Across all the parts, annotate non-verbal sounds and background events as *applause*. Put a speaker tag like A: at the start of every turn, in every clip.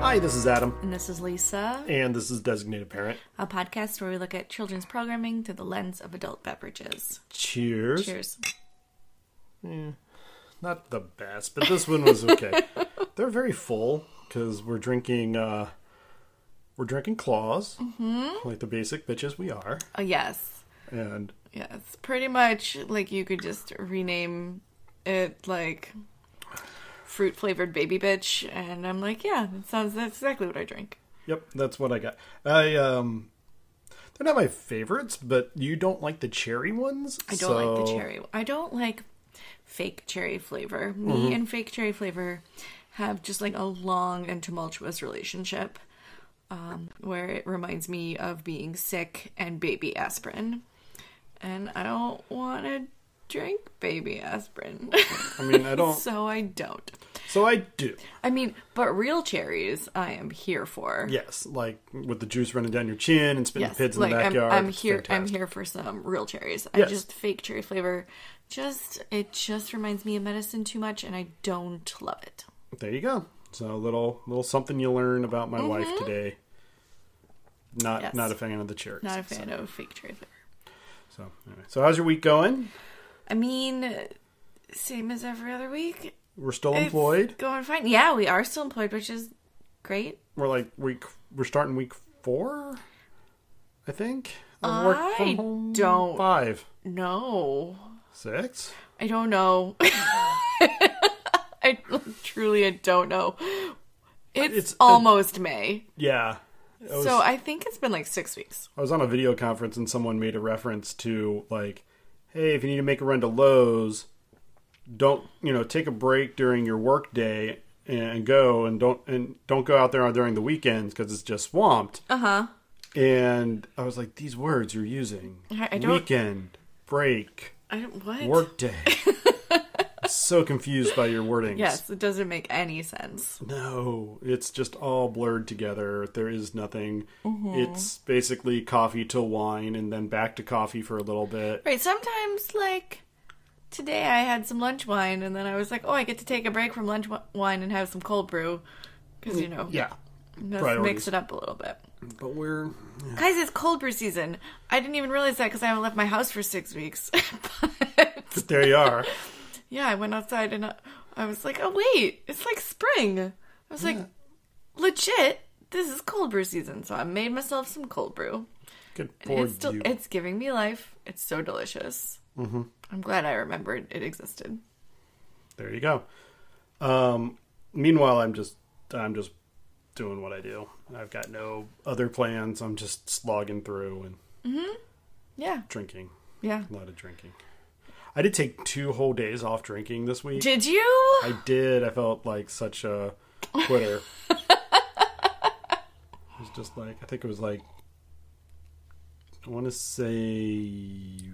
A: Hi, this is Adam,
B: And this is Lisa,
A: and this is Designated Parent.
B: a podcast where we look at children's programming through the lens of adult beverages.
A: Cheers.
B: Cheers.
A: Not the best, but this one
B: *laughs*
A: was okay. They're very full because we're drinking. uh We're drinking claws,
B: Mm-hmm.
A: like the basic bitches we are,
B: Oh, yes.
A: and
B: Yes. Pretty much like you could just rename it like fruit flavored baby bitch. And I'm like, yeah, that sounds, that's exactly what I drink.
A: yep, that's what I got. I um, they're not my favorites, but you don't like the cherry ones.
B: I don't like the cherry. I don't like fake cherry flavor. Me and fake cherry flavor have just like a long and tumultuous relationship um, where it reminds me of being sick and baby aspirin. And I don't want to drink baby aspirin. *laughs*
A: I mean, I don't.
B: so I don't.
A: so I do.
B: I mean, but real cherries I am here for.
A: Yes, like with the juice running down your chin and spitting
B: Yes,
A: pids in
B: like
A: the backyard.
B: I'm, I'm
A: it's
B: here. I'm
A: fantastic.
B: here for some real cherries. I
A: Yes.
B: just fake cherry flavor. Just it just reminds me of medicine too much, and I don't love it.
A: There you go. So a little little something you learn about my wife today. Not
B: Mm-hmm. Yes.
A: not a fan of the cherries.
B: Not a fan of fake cherry flavor.
A: So, so anyway. So how's your week going?
B: I mean, same as every other week.
A: We're still
B: It's
A: employed.
B: going fine. Yeah, we are still employed, which is great.
A: We're like week we're starting week four, I think. Of
B: I don't-
A: five.
B: No,
A: Six?
B: I don't know. *laughs* I truly, I don't know. It's,
A: It's a-
B: almost May,
A: Yeah. I was,
B: so I think it's been like six weeks.
A: I was on a video conference and someone made a reference to like, hey, if you need to make a run to Lowe's, don't you know take a break during your work day and go and don't and don't go out there during the weekends because it's just swamped.
B: Uh huh.
A: And I was like, these words you're using
B: I- I don't-
A: weekend break
B: I don't what
A: work day.
B: *laughs*
A: I'm so confused by your wordings.
B: Yes, it doesn't make any sense.
A: No, it's just all blurred together. There is nothing.
B: Mm-hmm.
A: It's basically coffee to wine and then back to coffee for a little bit.
B: Right, sometimes like today I had some lunch wine and then I was like, "Oh, I get to take a break from lunch w- wine and have some cold brew." Cuz you know,
A: Yeah.
B: let's mix
A: priorities.
B: it up a little bit.
A: But we're
B: Guys, it's cold brew season. I didn't even realize that cuz I haven't left my house for 6 weeks. *laughs* but
A: there you are.
B: yeah, I went outside and I- I was like, "Oh, wait, it's like spring." I was like, "Legit, this is cold brew season." So I made myself some cold brew.
A: Good
B: And *laughs*
A: for
B: it's still
A: you.
B: it's giving me life. It's so delicious. Mm-hmm. I'm glad I remembered it existed.
A: There you go. Um meanwhile I'm just I'm just doing what I do. I've got no other plans. I'm just slogging through and
B: Yeah,
A: drinking.
B: yeah.
A: A lot of drinking. I did take two whole days off drinking this week.
B: Did you?
A: I did. I felt like such a
B: *laughs*
A: quitter. it was just like I think it was like I want to say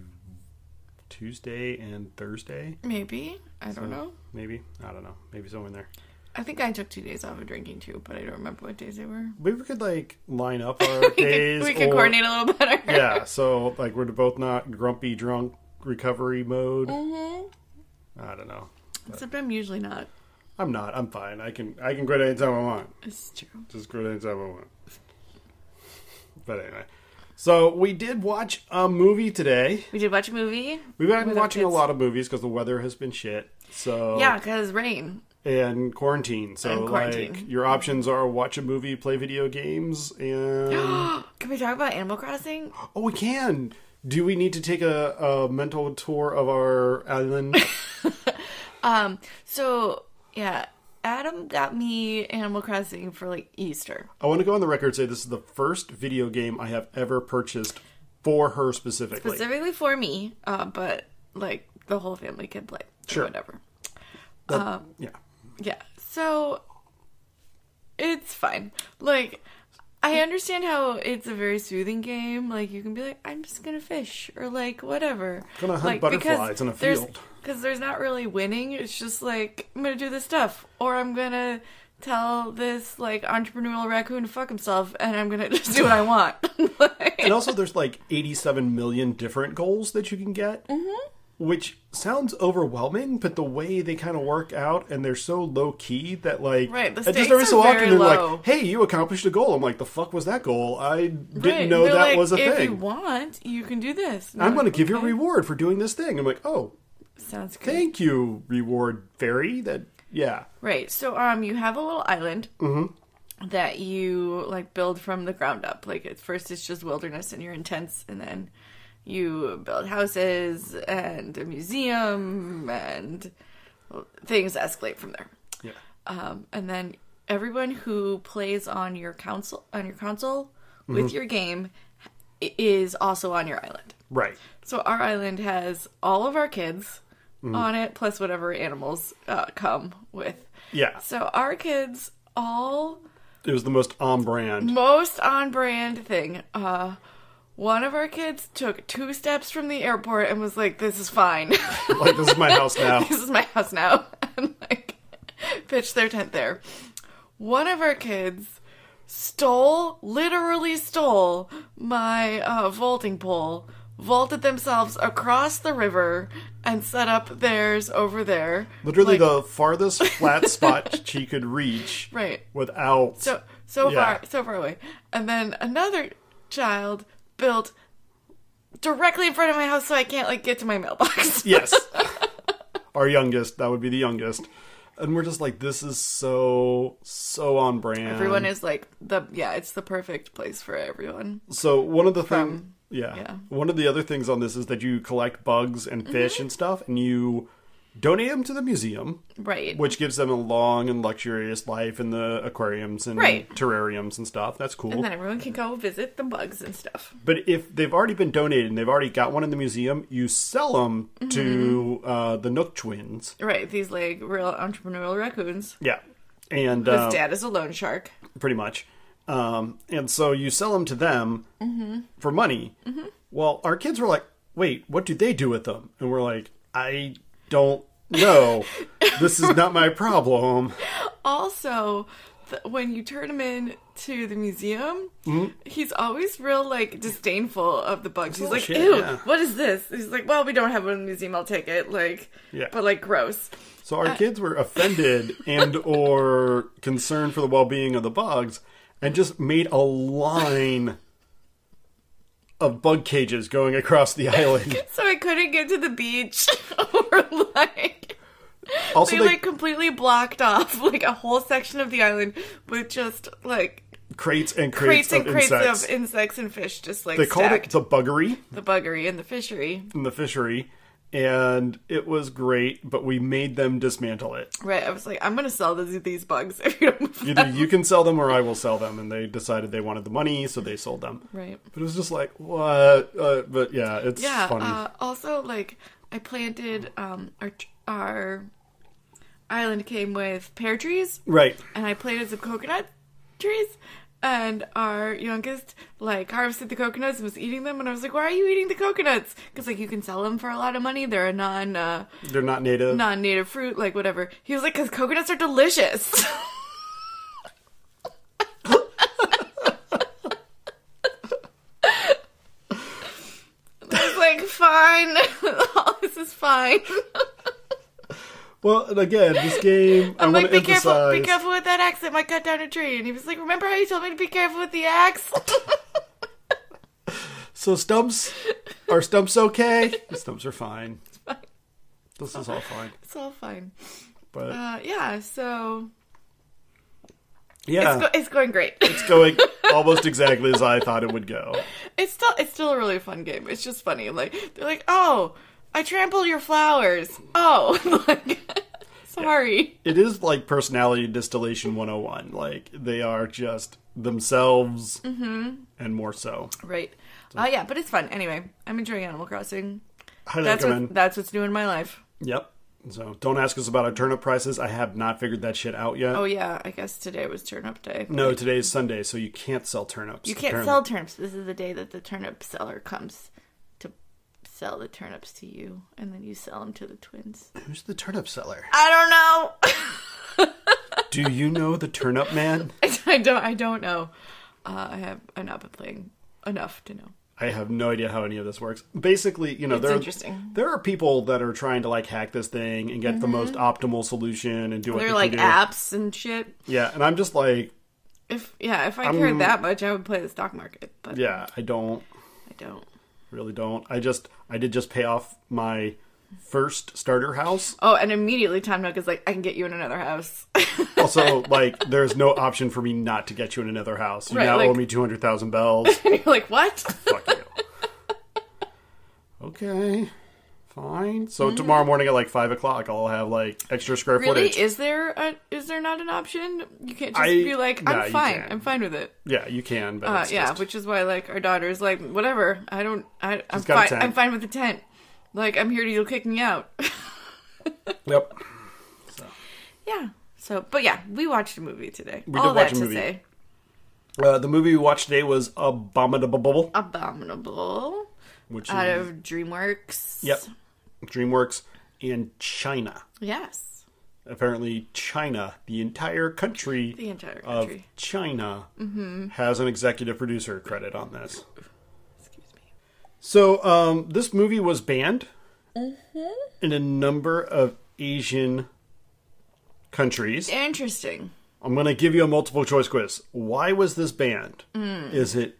A: Tuesday and Thursday,
B: Maybe I don't know.
A: maybe. I don't know. Maybe somewhere in there.
B: I think I took two days off of drinking too, but I don't remember what days they were.
A: Maybe we could like line up
B: *laughs*
A: our
B: We
A: days.
B: could, we could
A: or-
B: coordinate a little better.
A: Yeah. So like we're both not grumpy drunk recovery mode.
B: Mhm.
A: I don't know.
B: Except I'm usually not.
A: I'm not. I'm fine. I can I can quit anytime I want.
B: It's true.
A: Just quit anytime I want. But anyway. So we did watch a movie today.
B: We did watch a movie.
A: We've been
B: With our
A: watching a
B: kids.
A: lot of movies because the weather has been shit. So
B: Yeah, cause rain. *gasps*
A: and quarantine. So
B: And quarantine.
A: like your options are watch a movie, play video games,
B: *gasps*
A: and
B: Can we talk about Animal
A: *gasps*
B: Crossing?
A: oh, we can. Do we need to take a, a mental tour of our
B: *laughs*
A: island?
B: Um. So yeah, Adam got me Animal Crossing for like Easter.
A: I want to go on the record and say this is the first video game I have ever purchased for her specifically.
B: specifically for me, uh, but like the whole family could play. Sure.
A: Sure.
B: Whatever.
A: That- yeah.
B: Yeah. So it's fine. Like, I understand how it's a very soothing game. Like, you can be like, I'm just gonna fish, or like, whatever.
A: Gonna hunt
B: like,
A: butterflies in a
B: there's-
A: field.
B: Because there's not really winning. It's just like, I'm gonna do this stuff, or I'm gonna tell this, like, entrepreneurial raccoon to fuck himself, and I'm gonna *laughs* just do what I want. *laughs* Like-
A: And also, there's like 87 million different goals that you can get, mm-hmm. which sounds overwhelming. But the way they kind of work out, and they're so low key that like,
B: Right, the
A: and just
B: stakes
A: every
B: are
A: so often
B: very
A: they're
B: low.
A: like, "Hey, you accomplished a goal." I'm like, "The fuck was that goal? I didn't
B: Right,
A: know
B: they're
A: that
B: like,
A: was a
B: if you
A: thing."
B: want, you can do this. And
A: I'm
B: you're
A: going to
B: like,
A: give you a
B: okay,
A: reward for doing this thing. I'm like, "Oh,
B: Sounds good.
A: thank you, reward fairy." That yeah,
B: Right. So um, you have a little island that you like build from the ground up. Like at first, it's just wilderness, and you're in tents, and then you build houses and a museum, and things escalate from there.
A: yeah.
B: Um, and then everyone who plays on your council on your console with your game i- is also on your island.
A: Right.
B: So our island has all of our kids on it, plus whatever animals uh, come with.
A: Yeah.
B: So our kids all
A: It was the most on brand.
B: most on brand thing. Uh, one of our kids took two steps from the airport and was like, "This is fine. *laughs*
A: like, this is my house now.
B: this is my house now," *laughs* and like pitched their tent there. One of our kids stole, literally stole my uh, vaulting pole, vaulted themselves across the river, and set up theirs over there.
A: Literally
B: Like,
A: the
B: *laughs*
A: farthest flat spot she could reach
B: right.
A: without.
B: So so
A: Yeah.
B: far so far away. And then another child built directly in front of my house so I can't like get to my mailbox.
A: *laughs* yes. Our youngest, that would be the youngest. And we're just like, this is so, so on brand.
B: *laughs* Everyone is like the yeah, it's the perfect place for everyone.
A: So one of the things,
B: From-
A: yeah.
B: yeah. Mm-hmm.
A: one of the other things on this is that you collect bugs and fish and stuff, and you donate them to the museum,
B: Right.
A: which gives them a long and luxurious life in the aquariums and
B: Right.
A: terrariums and stuff. That's cool.
B: and then everyone can go visit the bugs and stuff.
A: But if they've already been donated and they've already got one in the museum, you sell them to uh, the Nook twins.
B: Right, these like real entrepreneurial raccoons.
A: Yeah, and
B: His
A: uh,
B: dad is a loan shark.
A: pretty much. Um, and so you sell them to them for money. Well, our kids were like, "Wait, what do they do with them?" And we're like, "I don't know. this is not my problem."
B: Also, th- when you turn him in to the museum,
A: Hmm?
B: he's always real like disdainful of the bugs. He's like,
A: Oh, shit,
B: "Ew,
A: yeah.
B: what is this?" He's like, "Well, we don't have one in the museum. I'll take it." Like,
A: Yeah.
B: but like gross.
A: So our kids were offended and or concerned for the well-being of the bugs and just made a line of bug cages going across
B: *laughs*
A: the island.
B: So I couldn't get to the beach, *laughs* or like
A: Also
B: they
A: they
B: like completely blocked off like a whole section of the island with just like
A: crates and crates,
B: crates and
A: of
B: crates
A: insects.
B: of insects and fish, just like
A: they called
B: stacked
A: it the buggery
B: the buggery and the fishery.
A: in the fishery and it was great, but we made them dismantle it.
B: Right, I was like, "I'm gonna sell these these bugs if you don't move." them." *laughs*
A: *laughs* Either you can sell them or I will sell them and they decided they wanted the money, so they sold them.
B: Right.
A: But it was just like, what? Uh, but yeah, it's
B: Yeah.
A: funny.
B: Uh, also, like I planted um, our our island came with pear trees,
A: right.
B: and I planted some coconut trees. And our youngest like harvested the coconuts and was eating them, and I was like, "Why are you eating the coconuts?" Because like you can sell them for a lot of money. They're a non uh,
A: They're not native.
B: non native fruit, like whatever. He was like, "Cause coconuts are delicious." *laughs* I was like, "Fine, *laughs* all this is fine."
A: Well, and again, this game,
B: *laughs*
A: i
B: I'm
A: want
B: like,
A: to
B: "Be
A: emphasize.
B: careful! Be careful with that axe! It might cut down a tree." And he was like, "Remember how you told me to be careful with the axe?" *laughs*
A: So stumps, are stumps okay?
B: *laughs*
A: stumps are fine. This is all fine.
B: it's all fine.
A: But
B: Uh, yeah, so
A: yeah,
B: it's, go- it's going great.
A: Uh. it's *laughs* going almost exactly as I thought it would go.
B: It's still it's still a really fun game. It's just funny. Like they're like, oh, I trampled your flowers. Oh, *laughs* like, sorry.
A: It is like personality distillation 101. Like they are just themselves
B: Mm-hmm.
A: and more so.
B: Right. Oh yeah, but it's fun anyway. I'm enjoying Animal Crossing.
A: Highly
B: That's
A: recommend.
B: what that's what's new in my life.
A: Yep. So don't ask us about our turnip prices. I have not figured that shit out yet.
B: Oh yeah, I guess today was turnip day.
A: No, today is Sunday, so you can't sell turnips.
B: You can't
A: apparently.
B: sell turnips. This is the day that the turnip seller comes to sell the turnips to you, and then you sell them to the twins.
A: Who's the turnip seller?
B: I
A: Do you know the turnip man?
B: don't know. *laughs* I don't. I don't know. Uh, I have. I've not been playing enough to know.
A: I have no idea how any of this works. Basically, you know,
B: It's
A: there are,
B: interesting. Mm-hmm.
A: there are people that are trying to like hack this thing and get the most optimal solution and do what
B: They're
A: they
B: like
A: can do.
B: apps and shit.
A: Yeah, and I'm just like,
B: If yeah, if I cared that much, I would play the stock market. But
A: Um, yeah, I don't
B: I don't.
A: really don't. I just I did just pay off my first starter house.
B: Oh, and immediately Tom Nook is like, I can get you in another house. *laughs*
A: Also, like, there's no option for me not to get you in another house. You
B: Right,
A: now owe
B: like-
A: me two hundred thousand bells.
B: and you're like, what?
A: Fuck you. Okay. Fine. So tomorrow morning at like five o'clock, I'll have like extra square
B: Mm-hmm. Really?
A: footage.
B: Is there a is there not an option? You can't just
A: I-
B: be like, I'm
A: nah, you
B: fine.
A: can't.
B: I'm fine with it.
A: Yeah, you can, but
B: Uh,
A: it's
B: yeah,
A: just-
B: which is why like our daughter's like, whatever. I don't. I, I'm
A: got
B: fine.
A: a tent.
B: I'm fine with the tent. Like I'm here till you kick me out. *laughs*
A: yep.
B: yeah. So, but yeah, we watched a movie today.
A: We
B: All
A: did
B: that
A: watch a
B: to
A: movie.
B: say,
A: Uh, the movie we watched today was Abominable Bubble,
B: abominable
A: which
B: out
A: is
B: of DreamWorks.
A: yep, DreamWorks in China.
B: Yes.
A: Apparently, China, the entire country,
B: The entire
A: of
B: country. Mm-hmm.
A: China, has an executive producer credit on this.
B: Excuse me.
A: So um, this movie was banned
B: Mm-hmm.
A: in a number of Asian countries.
B: Interesting.
A: I'm going to give you a multiple choice quiz. Why was this banned?
B: Hmm.
A: Is it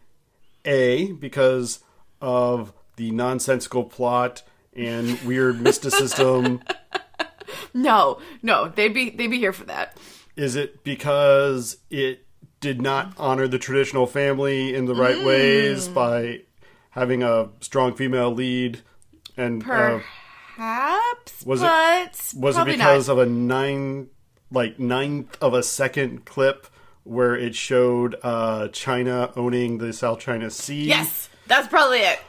A: A, because of the nonsensical plot and
B: *laughs*
A: weird mysticism?
B: No, no, they'd be they'd be here for that.
A: Is it because it did not honor the traditional family in the right
B: Hmm.
A: ways by having a strong female lead? And uh,
B: Perhaps,
A: Oh, was it-
B: but
A: was it
B: probably
A: because
B: not.
A: of a nine like ninth of a second clip where it showed uh china owning the south china sea
B: yes, that's probably it.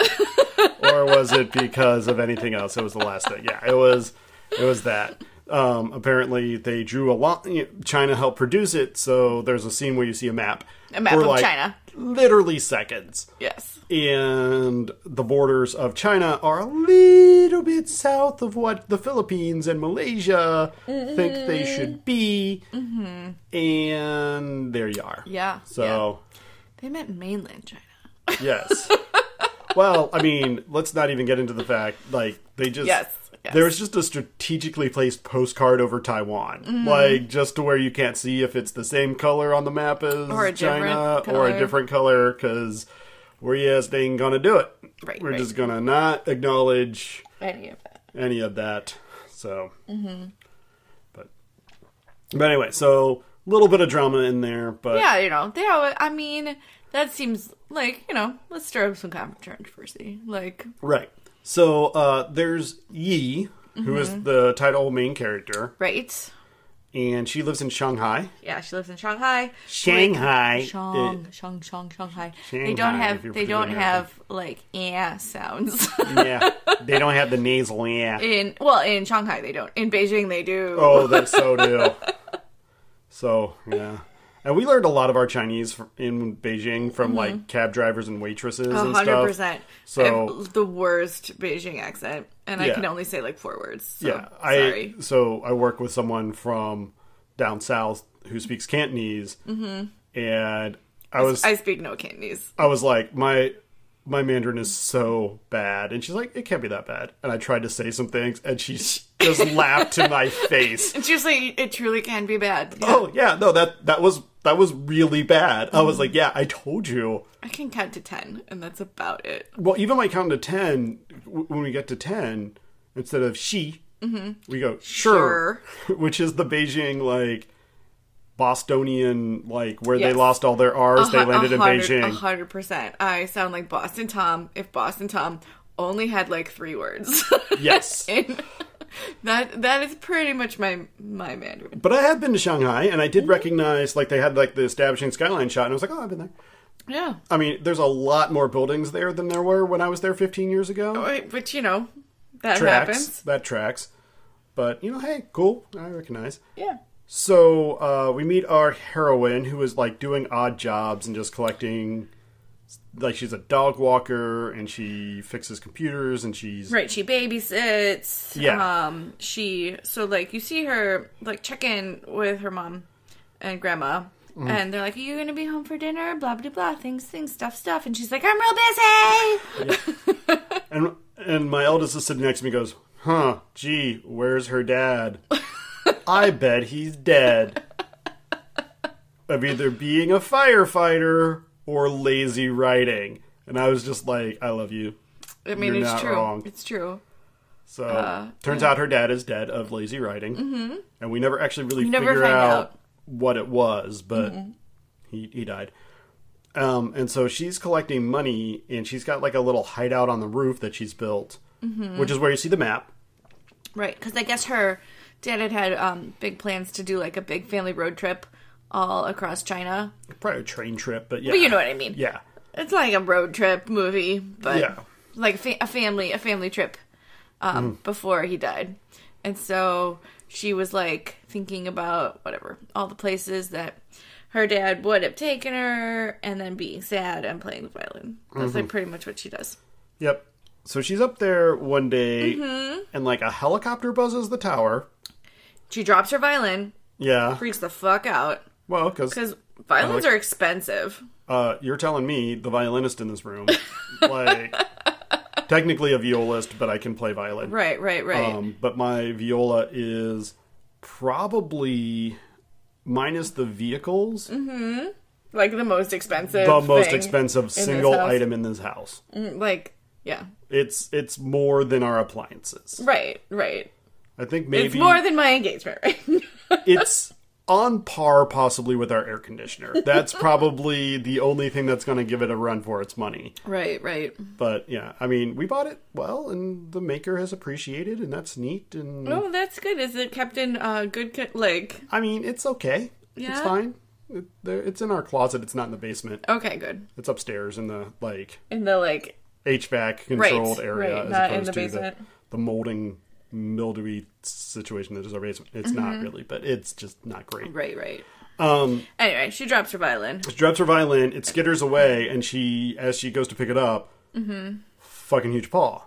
B: *laughs*
A: or was it because of anything else it was the last thing yeah it was it was that um apparently they drew a lot china helped produce it so there's a scene where you see a map
B: A map
A: for,
B: of China.
A: literally seconds
B: yes,
A: and the borders of China are a little bit south of what the Philippines and Malaysia think they
B: Mm-hmm.
A: should be. And there you are.
B: yeah. yeah.
A: So,
B: they meant mainland China. *laughs*
A: yes. well, I mean, let's not even get into the fact like they just
B: Yes, yes.
A: There was just a strategically placed postcard over Taiwan,
B: Mm-hmm.
A: like just to where you can't see if it's the same color on the map as
B: Or a
A: China
B: different
A: or a
B: color.
A: different color because we just ain't gonna do it.
B: Right,
A: We're
B: right.
A: just gonna not acknowledge
B: Any of that?
A: any of that. So,
B: Mm-hmm.
A: but but anyway, so a little bit of drama in there, but
B: Yeah, you know, they. All, I mean, that seems like you know, let's stir up some controversy. Like,
A: Right. So uh, there's Yi, who is
B: Mm-hmm.
A: the title main character,
B: right?
A: and she lives in Shanghai.
B: Yeah, she lives in Shanghai.
A: Shanghai.
B: Shang, Shang, Shang, Shanghai. They don't
A: Shanghai, if
B: have.
A: you're
B: They don't
A: American.
B: have like yeah sounds. *laughs*
A: yeah, they don't have the nasal. Yeah.
B: in well, in Shanghai they don't. In Beijing they do.
A: Oh, they so *laughs* do. So yeah. And we learned a lot of our Chinese fr- in Beijing from like cab drivers and waitresses and
B: Mm-hmm. hundred
A: stuff.
B: percent.
A: So-
B: I have the worst Beijing accent, and I
A: Yeah.
B: can only say like four words. So,
A: yeah, I
B: Oh, sorry.
A: so I work with someone from down south who speaks Cantonese,
B: Mm-hmm.
A: and I was
B: I speak no Cantonese.
A: I was like, my my Mandarin is so bad, and she's like, it can't be that bad. And I tried to say some things, and
B: *laughs*
A: she just laughed to my face.
B: It's just like it truly can be bad. Yeah.
A: Oh yeah, no that that was that was really bad. I was like, yeah, I told you.
B: I can count to ten, and that's about it.
A: Well, even my count to ten, w- when we get to ten, instead of she,
B: Mm-hmm.
A: we go sure, *laughs* which is the Beijing like Bostonian like where
B: Yes.
A: they lost all their R's, they
B: Hu-
A: landed in
B: hundred-
A: Beijing.
B: hundred percent. I sound like Boston Tom if Boston Tom only had like three words. *laughs*
A: Yes.
B: And that that is pretty much my my Mandarin.
A: But I have been to Shanghai, and I did
B: Mm-hmm.
A: recognize like they had like the establishing skyline shot, and I was like, oh, I've been there.
B: Yeah.
A: I mean, there's a lot more buildings there than there were when I was there 15 years ago.
B: But, but, you know Oh, that
A: tracks
B: happens.
A: that tracks, But you know, hey, cool. I recognize.
B: Yeah.
A: So uh, we meet our heroine who is like doing odd jobs and just collecting. Like she's a dog walker and she fixes computers and she's
B: Right, she babysits.
A: Yeah.
B: Um, she so like you see her like check in with her mom and grandma,
A: Mm.
B: and they're like, "Are you gonna be home for dinner?" Blah blah blah. Things, things, stuff, stuff. And she's like, "I'm real busy."
A: and and my eldest is sitting next to me goes, "Huh, gee, where's
B: *laughs*
A: her dad? I bet he's dead of either being a firefighter or lazy writing." And I was just like, "I love you."
B: I mean,
A: You're
B: it's
A: not
B: true.
A: wrong.
B: It's true.
A: So
B: Uh,
A: turns out her dad is dead of lazy writing, mm-hmm. and we never actually really
B: We never
A: figure
B: find
A: out,
B: out.
A: what it was, but he he died. Um, and so she's collecting money, and she's got like a little hideout on the roof that she's built,
B: Mm-hmm.
A: which is where you see the map.
B: Right, because I guess her dad had had um, big plans to do like a big family road trip all across China.
A: probably a train trip, but yeah,
B: But you know what I mean.
A: yeah,
B: It's like a road trip movie, but
A: Yeah.
B: like a, fa- a family a family trip um,
A: Mm.
B: before he died, and so she was like thinking about whatever all the places that her dad would have taken her, and then being sad and playing the violin. That's
A: Mm-hmm.
B: like pretty much what she does.
A: yep. So she's up there one day,
B: Mm-hmm.
A: and like a helicopter buzzes the tower.
B: She drops her violin,
A: Yeah,
B: freaks the fuck out
A: well, because
B: because violins are expensive.
A: uh, you're telling me the violinist in this
B: *laughs*
A: room, like technically a violist, but I can play violin.
B: Right, right, right.
A: Um, but my viola is probably minus the vehicles,
B: Mm-hmm. like the most expensive.
A: the most
B: thing.
A: expensive single
B: house.
A: item in this house.
B: Mm, Like, yeah.
A: It's it's more than our appliances.
B: Right, right.
A: I think maybe
B: It's more than my engagement *laughs* ring.
A: it's on par possibly with our air conditioner. That's probably the only thing that's going to give it a run for its money.
B: right, right.
A: But yeah, I mean, we bought it well and the maker has appreciated and that's neat and
B: Oh, that's good. Is it kept in uh, good co- like?
A: I mean, it's okay. It's
B: Yeah.
A: fine. It, there, it's in our closet. It's not in the basement.
B: Okay, good.
A: It's upstairs in the like
B: In the like,
A: HVAC controlled
B: Right,
A: area
B: right,
A: as
B: not in
A: opposed
B: the
A: to
B: basement.
A: the, the molding mildewy situation that is our basement. It's
B: Mm-hmm.
A: not really, but it's just not great.
B: right, right.
A: Um
B: Anyway, she drops her violin.
A: She drops her violin. It skitters away, and she, as she goes to pick it up, fucking huge paw.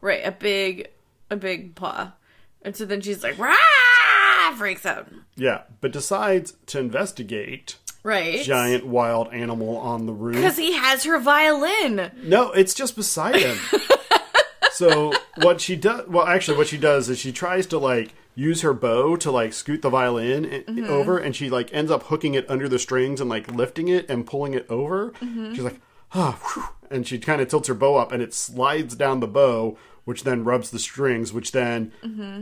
B: Right, a big, a big paw, and so then she's like, rah, freaks out.
A: Yeah, but decides to investigate
B: Right,
A: giant wild animal on the roof.
B: Because he has her violin.
A: No, it's just beside him. so what she does, well, actually, what she does is she tries to like use her bow to like scoot the violin i- over, and she like ends up hooking it under the strings and like lifting it and pulling it over. She's like, ah, whew," and she kind of tilts her bow up, and it slides down the bow. Which then rubs the strings, which then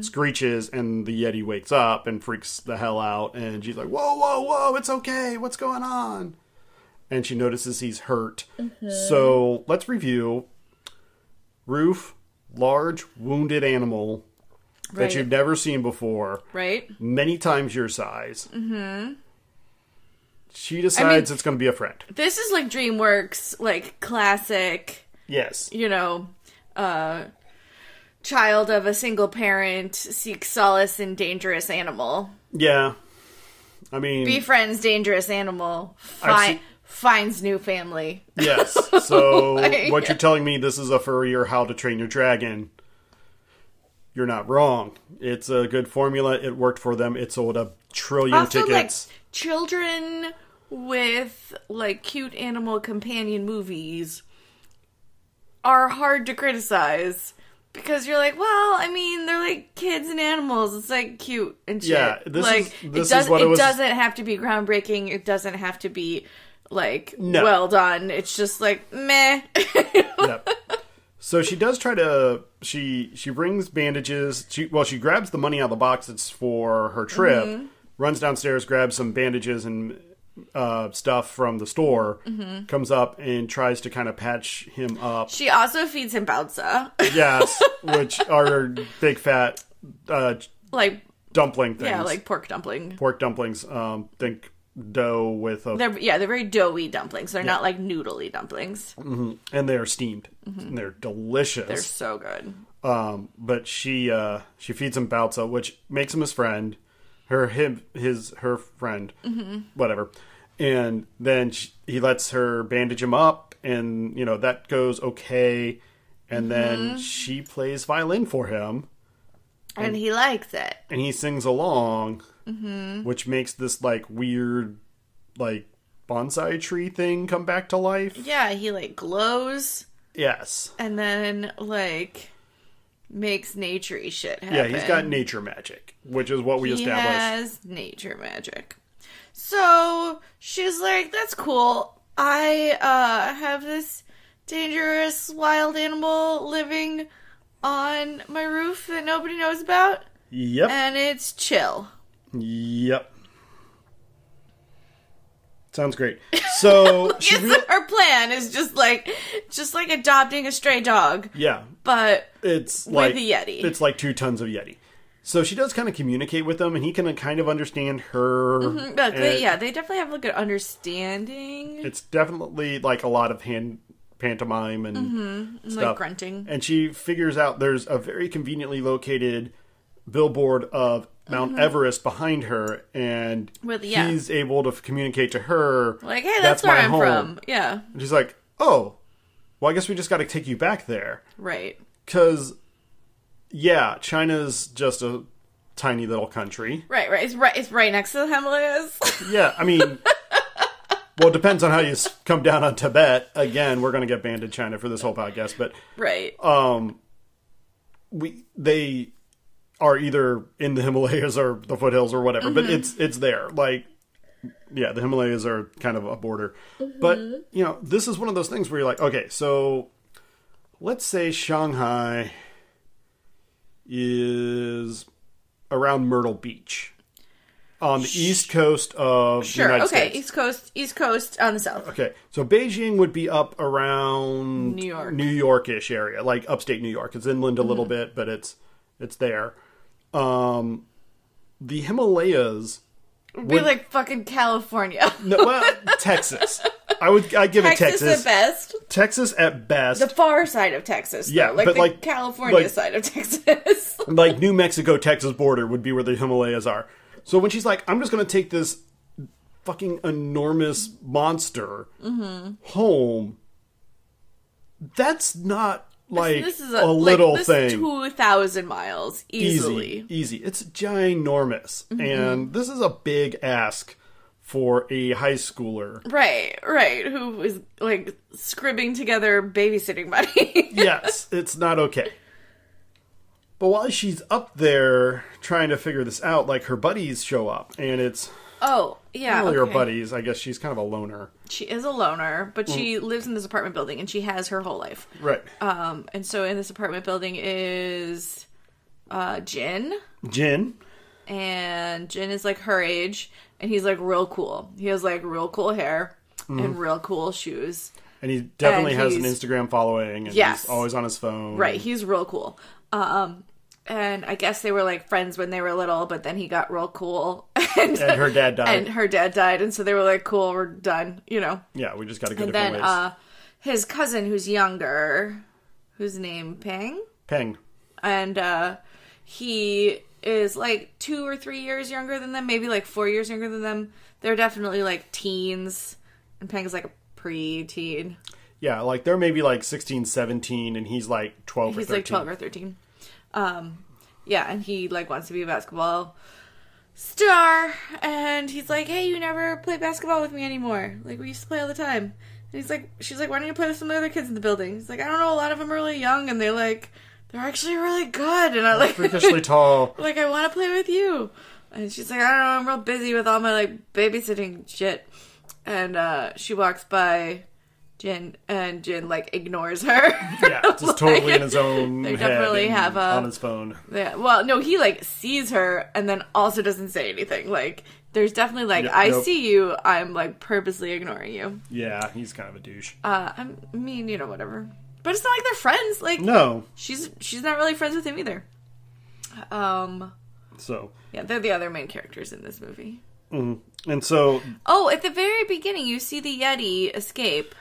A: screeches, and the Yeti wakes up and freaks the hell out. And she's like, Whoa, whoa, whoa, it's okay. What's going on? and she notices he's hurt.
B: Mm-hmm.
A: So let's review. Roof, large wounded animal
B: Right.
A: that you've never seen before,
B: Right.
A: many times your size. Mm-hmm. She decides it's going to be a friend.
B: This is like DreamWorks, like classic.
A: Yes.
B: you know, uh, child of a single parent seeks solace in dangerous animal,
A: Yeah. I mean,
B: befriends dangerous animal,
A: I've
B: fi-
A: seen-
B: finds new family. *laughs*
A: yes. So
B: Like-
A: what you're telling me, this is a furrier How to Train Your Dragon. You're not wrong. It's a good formula. It worked for them. It sold a trillion
B: Also, like
A: tickets.
B: children with like cute animal companion movies are hard to criticize because you're like, well, I mean, they're like kids and animals. It's like cute and shit.
A: Yeah, this
B: like
A: is- this is
B: it doesn't
A: what it
B: it,
A: was-
B: doesn't have to be groundbreaking. It doesn't have to be like
A: No.
B: well done. It's just like meh. *laughs*
A: yep. So she does try to she she brings bandages. She well she grabs the money out of the box that's for her trip.
B: Mm-hmm.
A: Runs downstairs, grabs some bandages and uh, stuff from the store.
B: Mm-hmm.
A: Comes up and tries to kind of patch him up.
B: she also feeds him bouncer.
A: yes, which are big fat uh,
B: *laughs* like
A: dumpling things.
B: yeah, like pork dumpling.
A: pork dumplings. Um, think dough with a
B: They're yeah, they're very doughy dumplings. They're not like noodly dumplings. Mm-hmm.
A: and they are steamed. And they're delicious.
B: They're so good.
A: Um, but she uh, she feeds him Balza, which makes him his friend, her him his her friend, whatever. And then she, he lets her bandage him up, and you know that goes okay. And then she plays violin for him,
B: and he likes it.
A: and he sings along, which makes this like weird, like bonsai tree thing come back to life.
B: Yeah, he like glows
A: Yes.
B: and then like makes naturey shit happen.
A: Yeah, he's got nature magic, which is what we
B: he
A: established.
B: has nature magic. So she's like, "That's cool. I uh, have this dangerous wild animal living on my roof that nobody knows about,
A: Yep.
B: and it's chill."
A: Yep.
B: *laughs*
A: Sounds great. So she
B: Yes,
A: really,
B: her plan is just like, just like adopting a stray dog,
A: yeah,
B: but
A: it's like
B: a Yeti.
A: It's like two tons of yeti. So she does kind of communicate with him, and he can kind of understand her.
B: but they,
A: and
B: yeah, they definitely have like an understanding,
A: it's definitely like a lot of hand pantomime and
B: Mm-hmm. like
A: stuff.
B: grunting.
A: and she figures out there's a very conveniently located billboard of Mount Everest behind her, and
B: Mm-hmm. With- yeah.
A: he's able to f- communicate to her
B: Like, hey, that's, where
A: my
B: I'm
A: home."
B: from. Yeah,
A: And she's like, "Oh, well, I guess we just got to take you back there."
B: right.
A: Because, yeah, China's just a tiny little country.
B: Right, right. It's right. It's right next to the Himalayas.
A: Yeah, I mean, well, it depends on how you s- come down on Tibet. Again, we're going to get banned in China for this whole podcast, but
B: *laughs* right.
A: Uh, we they are either in the Himalayas or the foothills or whatever.
B: Mm-hmm.
A: But it's it's there. Like, yeah, the Himalayas are kind of a border.
B: Mm-hmm.
A: But you know, this is one of those things where you're like, okay, so let's say Shanghai is around Myrtle Beach on the east coast of the
B: sure.
A: United
B: Okay.
A: States.
B: East Coast. East Coast on the south.
A: Okay, so Beijing would be up around
B: New York. Mm-hmm.
A: New Yorkish area, like upstate New York. It's inland a little bit, but it's it's there. Um, the Himalayas,
B: It'd be like fucking California. *laughs*
A: no, well, Texas. I would I give
B: Texas,
A: it *laughs* Texas.
B: at best.
A: Texas at best,
B: The far side of Texas.
A: Yeah,
B: though, like
A: but,
B: the
A: like-
B: California
A: like-
B: side of *laughs* Texas.
A: like New Mexico Texas border would be where the Himalayas are. So when she's like, I'm just going to take this fucking enormous monster
B: Mm-hmm.
A: home. That's not like
B: this is
A: a, little thing.
B: Two thousand miles easily. Mm-hmm.
A: Easy, easy. It's ginormous, and this is a big ask for a
B: *laughs*
A: high schooler.
B: Right. Right. Who was like scribbling together babysitting money? *laughs*
A: yes, it's not okay. But while she's up there trying to figure this out, like her buddies show up, and it's
B: oh yeah.
A: really her
B: okay.
A: buddies. I guess she's kind of a loner,
B: She is a loner, but she lives in this apartment building, and she has her whole life.
A: right?
B: Um, and so in this apartment building is uh Jin.
A: Jin,
B: And Jin is like her age and he's like real cool. He has like real cool hair and real cool shoes.
A: and he definitely
B: And
A: has an
B: he's-
A: Instagram following, and
B: Yes.
A: he's always on his phone,
B: Right, he's real cool. Um and I guess they were like friends when they were little, but then he got real cool *laughs* and,
A: And
B: *laughs*
A: her dad died.
B: and her dad died and so they were like, Cool, we're done, you know.
A: yeah, we just got to go
B: And
A: different
B: then
A: ways.
B: uh his cousin who's younger, whose name Pang?
A: Peng,
B: and uh, he is like two or three years younger than them, maybe like four years younger than them. They're definitely like teens, and Pang is like a pre-teen.
A: yeah, like they're maybe like 16, 17, and he's like twelve or
B: He's
A: thirteen.
B: like twelve or thirteen. Um, yeah, and he like wants to be a basketball star, and he's like, "Hey, you never play basketball with me anymore. Like we used to play all the time." And he's like, "She's like, why don't you play with some of the other kids in the building?" He's like, "I don't know. A lot of them are really young, and they like." They're actually really good, and I like
A: freakishly tall.
B: *laughs* like I want to play with you. And she's like, I don't know, I'm real busy with all my like babysitting shit. And uh, she walks by Jin, and Jin like ignores her. *laughs*
A: Yeah, just totally in his own.
B: They
A: head
B: definitely
A: and
B: have a-
A: on his phone.
B: Yeah, well, no, he like sees her and then also doesn't say anything. Like, there's definitely like,
A: Yep,
B: I
A: nope.
B: see you, I'm like purposely ignoring you.
A: Yeah, he's kind of a douche.
B: Uh, I'm I mean, you know, whatever. But it's not like they're friends. Like,
A: no,
B: she's she's not really friends with him either. Um,
A: so
B: yeah, they're the other main characters in this movie.
A: and so
B: Oh, at the very beginning, you see the Yeti escape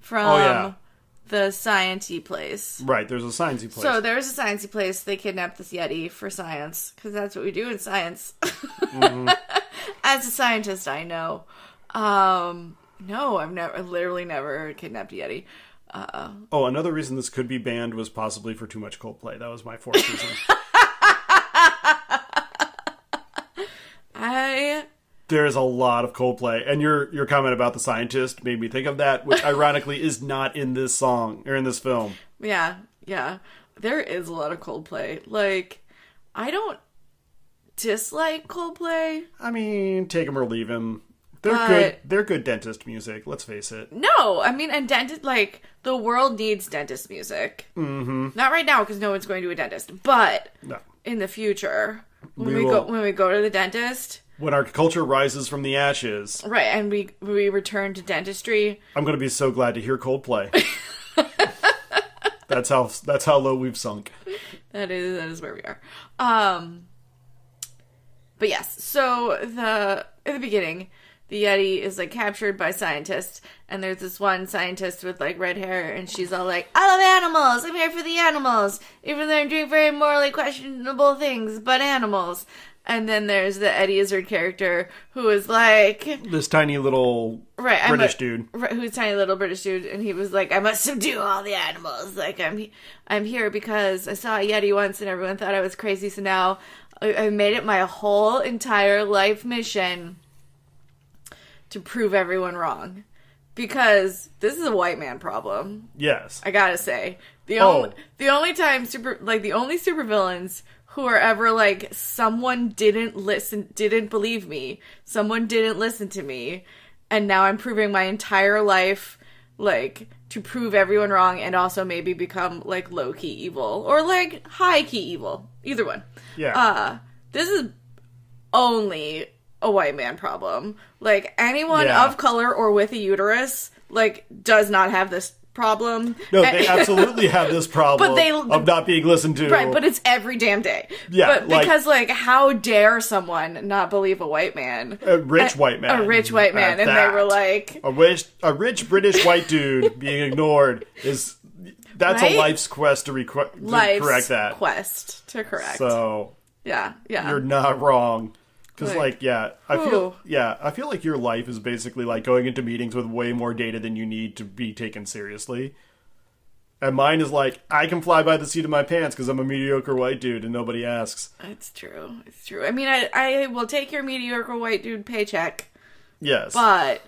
B: from
A: Oh, yeah.
B: the sciencey place.
A: Right, there's a sciencey place.
B: So there was a sciencey place. They kidnapped this yeti for science because that's what we do in science. *laughs* As a scientist, I know. Um, no, I've never, literally never kidnapped a yeti. Uh,
A: oh, another reason this could be banned was possibly for too much Coldplay. That was my fourth reason.
B: *laughs* I
A: There's a lot of Coldplay, and your your comment about the scientist made me think of that, which ironically is not in this song or in this film.
B: Yeah, yeah. There is a lot of Coldplay. Like, I don't dislike Coldplay.
A: I mean, take him or leave him. They're
B: But-
A: good. They're good dentist music. Let's face it.
B: No, I mean, and dentist, like, the world needs dentist music. Mm-hmm. Not right now because no one's going to a dentist, but
A: No.
B: in the future, when we,
A: We
B: go
A: will-
B: when we go to the dentist,
A: When our culture rises from the ashes,
B: right, and we we return to dentistry.
A: I'm going to be so glad to hear Coldplay. that's how that's how low we've sunk.
B: That is that is where we are. Um But yes, so the in the beginning, the Yeti is like captured by scientists, and there's this one scientist with like red hair, and she's all like, "I love animals. I'm here for the animals, even though I'm doing very morally questionable things, but animals." And then there's the Eddie Izzard character who is like,
A: This tiny little
B: right, I'm
A: British
B: a-
A: dude.
B: right, who's a tiny little British dude, and he was like, "I must subdue all the animals. Like I'm, I'm here because I saw a yeti once, and everyone thought I was crazy. So now I, I made it my whole entire life mission to prove everyone wrong, because this is a white man problem.
A: Yes.
B: I gotta say the
A: Oh.
B: only the only time super like the only supervillains who are ever like someone didn't listen, didn't believe me, someone didn't listen to me, and now I'm proving my entire life like to prove everyone wrong and also maybe become like low key evil or like high key evil, either one.
A: yeah.
B: Uh, this is only a white man problem. Like anyone
A: Yeah.
B: of color or with a uterus, like does not have this problem.
A: no, they
B: *laughs*
A: absolutely have this problem
B: eh, But they-
A: of not being listened to.
B: Right, but it's every damn day.
A: Yeah,
B: but
A: like-
B: because like, how dare someone not believe a white man,
A: a rich white man.
B: a rich white man,
A: At
B: and they were
A: that. Oh,
B: like,
A: a rich, a rich British white dude being ignored is that's
B: Right?
A: a life's quest to, requ- to
B: life's
A: correct that.
B: quest to correct.
A: So
B: yeah, yeah,
A: you're not wrong. Because
B: Um, Like,
A: like yeah, I
B: whew.
A: feel yeah, I feel like your life is basically like going into meetings with way more data than you need to be taken seriously. And mine is like I can fly by the seat of my pants because I'm a mediocre white dude and nobody asks.
B: it's true. It's true. I mean, I I will take your mediocre white dude paycheck,
A: Yes,
B: but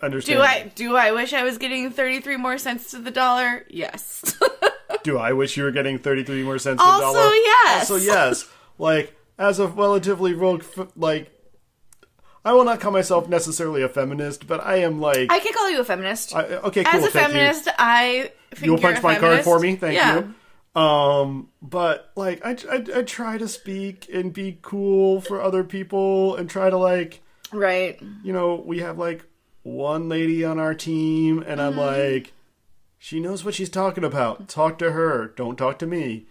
A: understand.
B: do I do I wish I was getting thirty three more cents to the dollar? Yes. *laughs*
A: Do I wish you were getting 33 more cents
B: Also,
A: a dollar?
B: yes.
A: Also, yes. Like, as a relatively, ro- f- like, I will not call myself necessarily a feminist, but I am like,
B: I can call you a feminist.
A: I- okay, cool,
B: As a
A: thank
B: feminist, I think
A: you. You'll
B: you're
A: punch
B: a
A: my
B: feminist.
A: card for me, thank
B: Yeah.
A: you. Um, but like, I, I I try to speak and be cool for other people and try to like,
B: Right.
A: you know, we have like one lady on our team, and I'm
B: Mm-hmm.
A: like, she knows what she's talking about. Talk to her. Don't talk to me.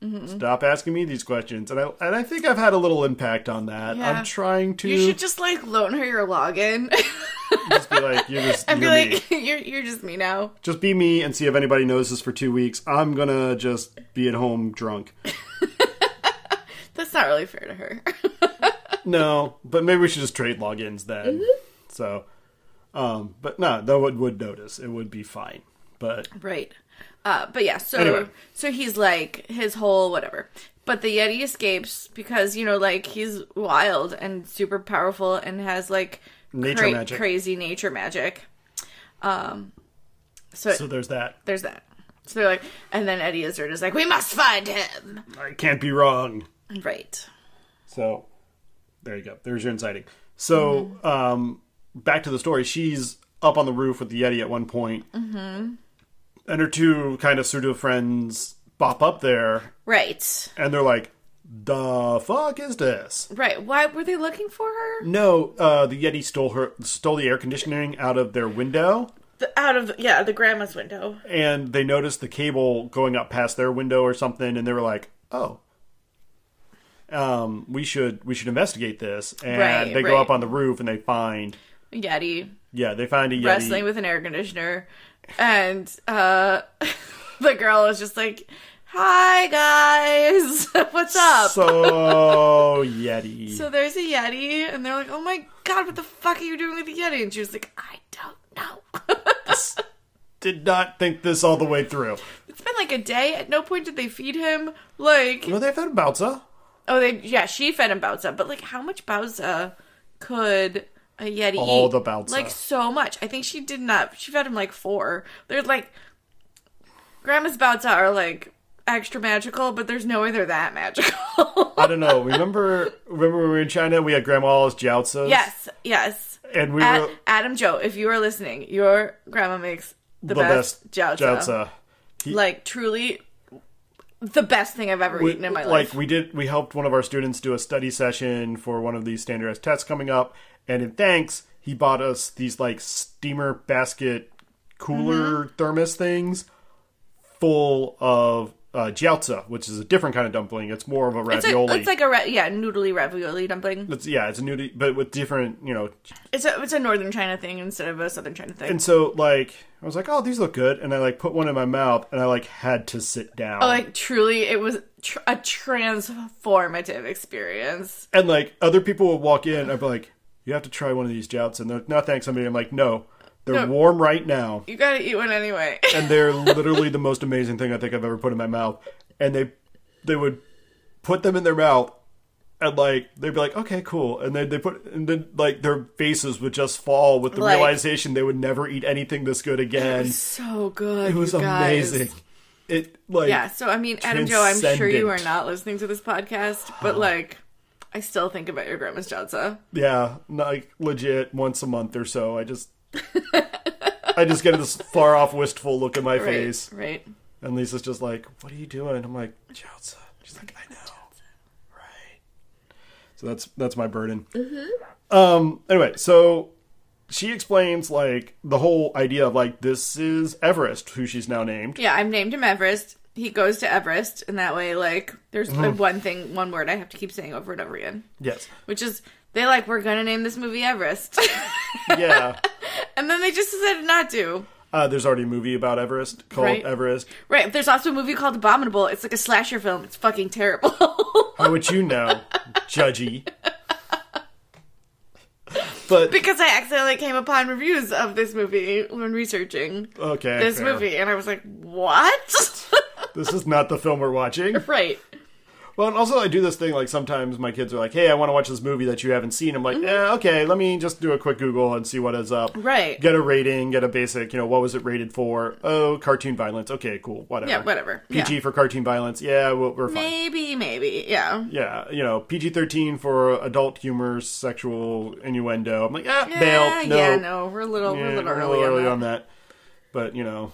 B: Mm-hmm.
A: Stop asking me these questions. And I and I think I've had a little impact on that.
B: Yeah.
A: I'm trying to
B: You should just like loan her your login. *laughs*
A: just be like, you're just
B: and be
A: you're me.
B: like, *laughs* you're you're just me now.
A: Just be me and see if anybody knows this for two weeks. I'm gonna just be at home drunk.
B: That's not really fair to her. *laughs*
A: no, but maybe we should just trade logins then. So, um, but no, no one would notice. It would be fine. But
B: right. Uh, but yeah, so
A: Anyway.
B: so he's like his whole whatever. But the Yeti escapes because you know, like he's wild and super powerful and has like
A: Nature magic.
B: crazy nature magic. Um, so,
A: so there's that.
B: there's that. So they're like, and then Eddie Izzard is like, we must find him.
A: I can't be wrong.
B: Right.
A: So there you go. There's your inciting. So um, back to the story. She's up on the roof with the Yeti at one point, mm-hmm. and her two kind of pseudo friends bop up there,
B: Right.
A: and they're like, "The fuck is this?"
B: Right. Why were they looking for her?
A: No, uh, the Yeti stole her stole the air conditioning out of their window,
B: The, out of yeah, the grandma's window.
A: and they noticed the cable going up past their window or something, and they were like, "Oh." Um, we should we should investigate this, and
B: Right,
A: they
B: right.
A: go up on the roof and they find
B: Yeti
A: Yeah, they find a Yeti.
B: wrestling with an air conditioner and uh, *laughs* the girl was just like, "Hi guys, *laughs* what's up?"
A: So
B: *laughs*
A: Yeti.
B: So there's a Yeti, and they're like, oh my god, what the fuck are you doing with the Yeti? And she was like, I don't know.
A: Did not think this all the way through.
B: it's been like a day. At no point did they feed him. Like,
A: No, they've had Bouncer.
B: oh, they, yeah, she fed him Bowza, but like, how much Bowza could a Yeti
A: All
B: eat?
A: the Bauza.
B: Like, so much. I think she did not, she fed him like four. They're like, Grandma's Bowza are like extra magical, but there's no way they're that magical. *laughs*
A: I don't know. Remember, remember when we were in China, we had grandma's jiaozas.
B: yes, yes.
A: and we
B: Ad-
A: were
B: Adam Joe, if you are listening, your grandma makes the,
A: the best,
B: best, jiaoza.
A: jiaoza.
B: Like truly the best thing I've ever
A: We-
B: eaten in my
A: like
B: life.
A: we did, we helped one of our students do a study session for one of these standardized tests coming up, and in thanks, he bought us these like steamer basket cooler
B: Mm-hmm.
A: thermos things full of uh, jiaoza, which is a different kind of dumpling. It's more of a
B: It's, a,
A: ravioli.
B: it's like a ra- yeah, noodly ravioli dumpling.
A: It's- yeah, it's a new, but with different, you know,
B: It's a it's a northern China thing instead of a southern China thing.
A: And so like I was like, oh, these look good, and I like put one in my mouth, and I like had to sit down.
B: like truly, it was tr- a transformative experience.
A: and like other people would walk in, I'd be like, you have to try one of these jouts, and they're like, no, thanks, somebody. I'm like, no, they're
B: No.
A: warm right now,
B: You gotta eat one anyway. *laughs*
A: and they're literally the most amazing thing I think I've ever put in my mouth. And they they would put them in their mouth. And like they'd be like, okay, cool, and then they put, and then like their faces would just fall with the
B: Like-
A: realization they would never eat anything this good again.
B: so good.
A: It was
B: you guys.
A: amazing. It like
B: Yeah, so I mean, Adam Joe, I'm sure you are
A: Transcendent.
B: not listening to this podcast,
A: *sighs*
B: but like, I still think about your grandma's jiaoza.
A: Yeah, not, like legit once a month or so. I just I just get this far off wistful look in my
B: Right,
A: face,
B: right.
A: and Lisa's just like, "What are you doing?" I'm like, "Chelsea." She's like, "I know." Right. So that's that's my burden.
B: Mm-hmm.
A: Um. Anyway, so she explains like the whole idea of like this is Everest, who she's now named.
B: Yeah, I've named him Everest. He goes to Everest, and that way, like, there's
A: Mm.
B: like, one thing, one word I have to keep saying over and over again,
A: Yes.
B: which is they like we're gonna name this movie Everest, *laughs*
A: Yeah.
B: and then they just decided not to.
A: uh, there's already a movie about Everest called
B: Right.
A: Everest.
B: Right? There's also a movie called Abominable. It's like a slasher film. It's fucking terrible. *laughs*
A: How would you know, judgy? But
B: because I accidentally came upon reviews of this movie when researching
A: okay,
B: this
A: fair.
B: movie, and I was like, what? *laughs*
A: This is not the film we're watching.
B: right.
A: Well, and also I do this thing like sometimes my kids are like, "Hey, I want to watch this movie that you haven't seen." I'm like, "Yeah, okay, let me just do a quick Google and see what is up."
B: Mm-hmm. Right.
A: Get a rating, get a basic. You know, what was it rated for? Oh, cartoon violence. Okay, cool, whatever.
B: Yeah, whatever.
A: PG
B: Yeah.
A: for cartoon violence. Yeah, we're, we're fine.
B: Maybe, maybe. Yeah.
A: Yeah, you know, PG thirteen for adult humor, sexual innuendo. I'm like, ah,
B: Eh,
A: bail. No,
B: Yeah, no, we're a little, we're a
A: Yeah,
B: little
A: we're
B: early, on, that.
A: But you know,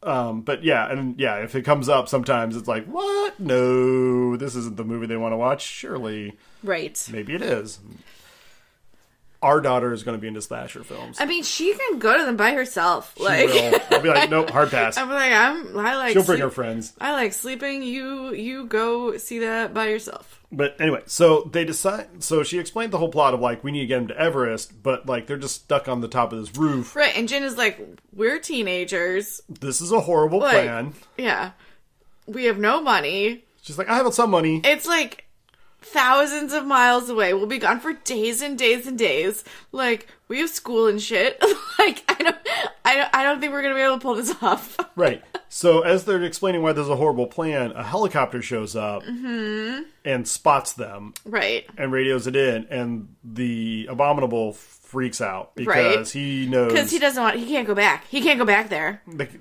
A: um, but yeah, and yeah, if it comes up, sometimes it's like, what? No, this isn't the movie they want to watch. Surely,
B: Right.
A: maybe it is. Our daughter is going to be into slasher films.
B: I mean, she can go to them by herself.
A: She
B: Like,
A: will. I'll be like, nope, hard
B: *laughs*
A: pass.
B: I'm like, I'm, I like,
A: She'll bring
B: sleep-
A: her friends.
B: I like sleeping. You, you go see that by yourself.
A: But anyway, so they decide. So she explained the whole plot of like we need to get him to Everest, but like they're just stuck on the top of this roof.
B: Right. And Jen is like, we're teenagers.
A: This is a horrible
B: Like,
A: plan.
B: yeah. We have no money.
A: She's like, I have some money.
B: It's like thousands of miles away. We'll be gone for days and days and days. Like, we have school and shit. *laughs* like, I don't, I don't, I don't think we're gonna be able to pull this off. *laughs*
A: Right. So as they're explaining why this is a horrible plan, a helicopter shows up
B: Mm-hmm.
A: and spots them
B: right.
A: and radios it in, and the abominable freaks out because he knows
B: Because he doesn't want, he can't go back. He can't go back there.
A: like,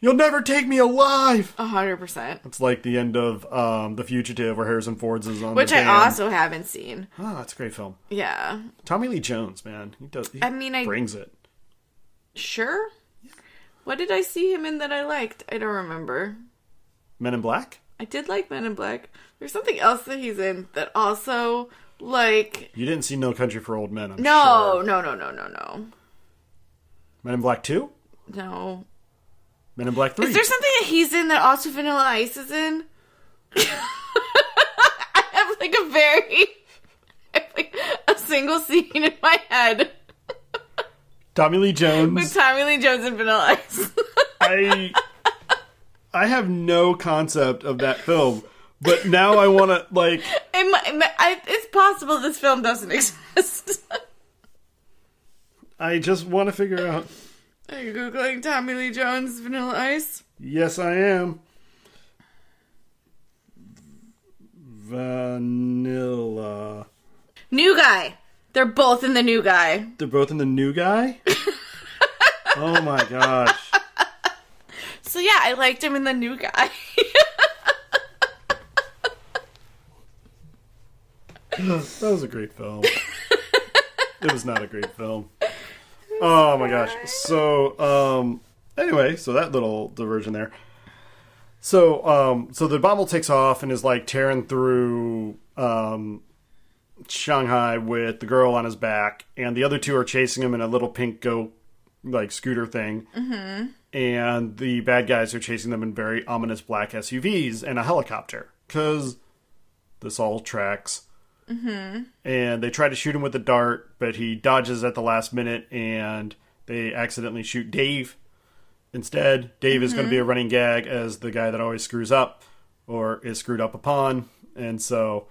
A: you'll never take me alive.
B: A hundred percent.
A: It's like the end of um, The Fugitive, where Harrison Ford's is on
B: Which
A: the
B: I
A: van.
B: also haven't seen.
A: Oh, that's a great film.
B: Yeah.
A: Tommy Lee Jones, man, he does. He
B: I mean, I-
A: brings it.
B: Sure? What did I see him in that I liked? I don't remember.
A: Men in Black.
B: I did like Men in Black. There's something else that he's in that also, like.
A: You didn't see No Country for Old Men. I'm
B: No,
A: sure.
B: no, no, no, no, no.
A: Men in Black Two.
B: No.
A: Men in Black Three.
B: Is there something that he's in that also Vanilla Ice is in? *laughs* I have like a *laughs* very. I have, like, a single scene in my head.
A: Tommy Lee
B: With
A: Jones.
B: Tommy Lee Jones and Vanilla Ice. *laughs*
A: I I have no concept of that film, but now I want to like
B: It mi- it mi- I- it's possible this film doesn't *laughs* exist.
A: I just want to figure out.
B: Are you googling Tommy Lee Jones Vanilla Ice?
A: Yes, I am. Vanilla.
B: New Guy. They're both in the New Guy.
A: They're both in the new guy. *laughs* oh my gosh.
B: So yeah, I liked him in the New Guy.
A: That was a great film. it was not a great film. Oh my gosh. So um anyway, so that little diversion there. So um so the Bumble takes off and is like tearing through um Shanghai with the girl on his back and the other two are chasing him in a little pink go like scooter thing. Mm-hmm. And the bad guys are chasing them in very ominous black SUVs and a helicopter cuz this all tracks and they try to shoot him with a dart, but he dodges at the last minute and they accidentally shoot Dave instead. Dave is going to be a running gag as the guy that always screws up or is screwed up upon. And so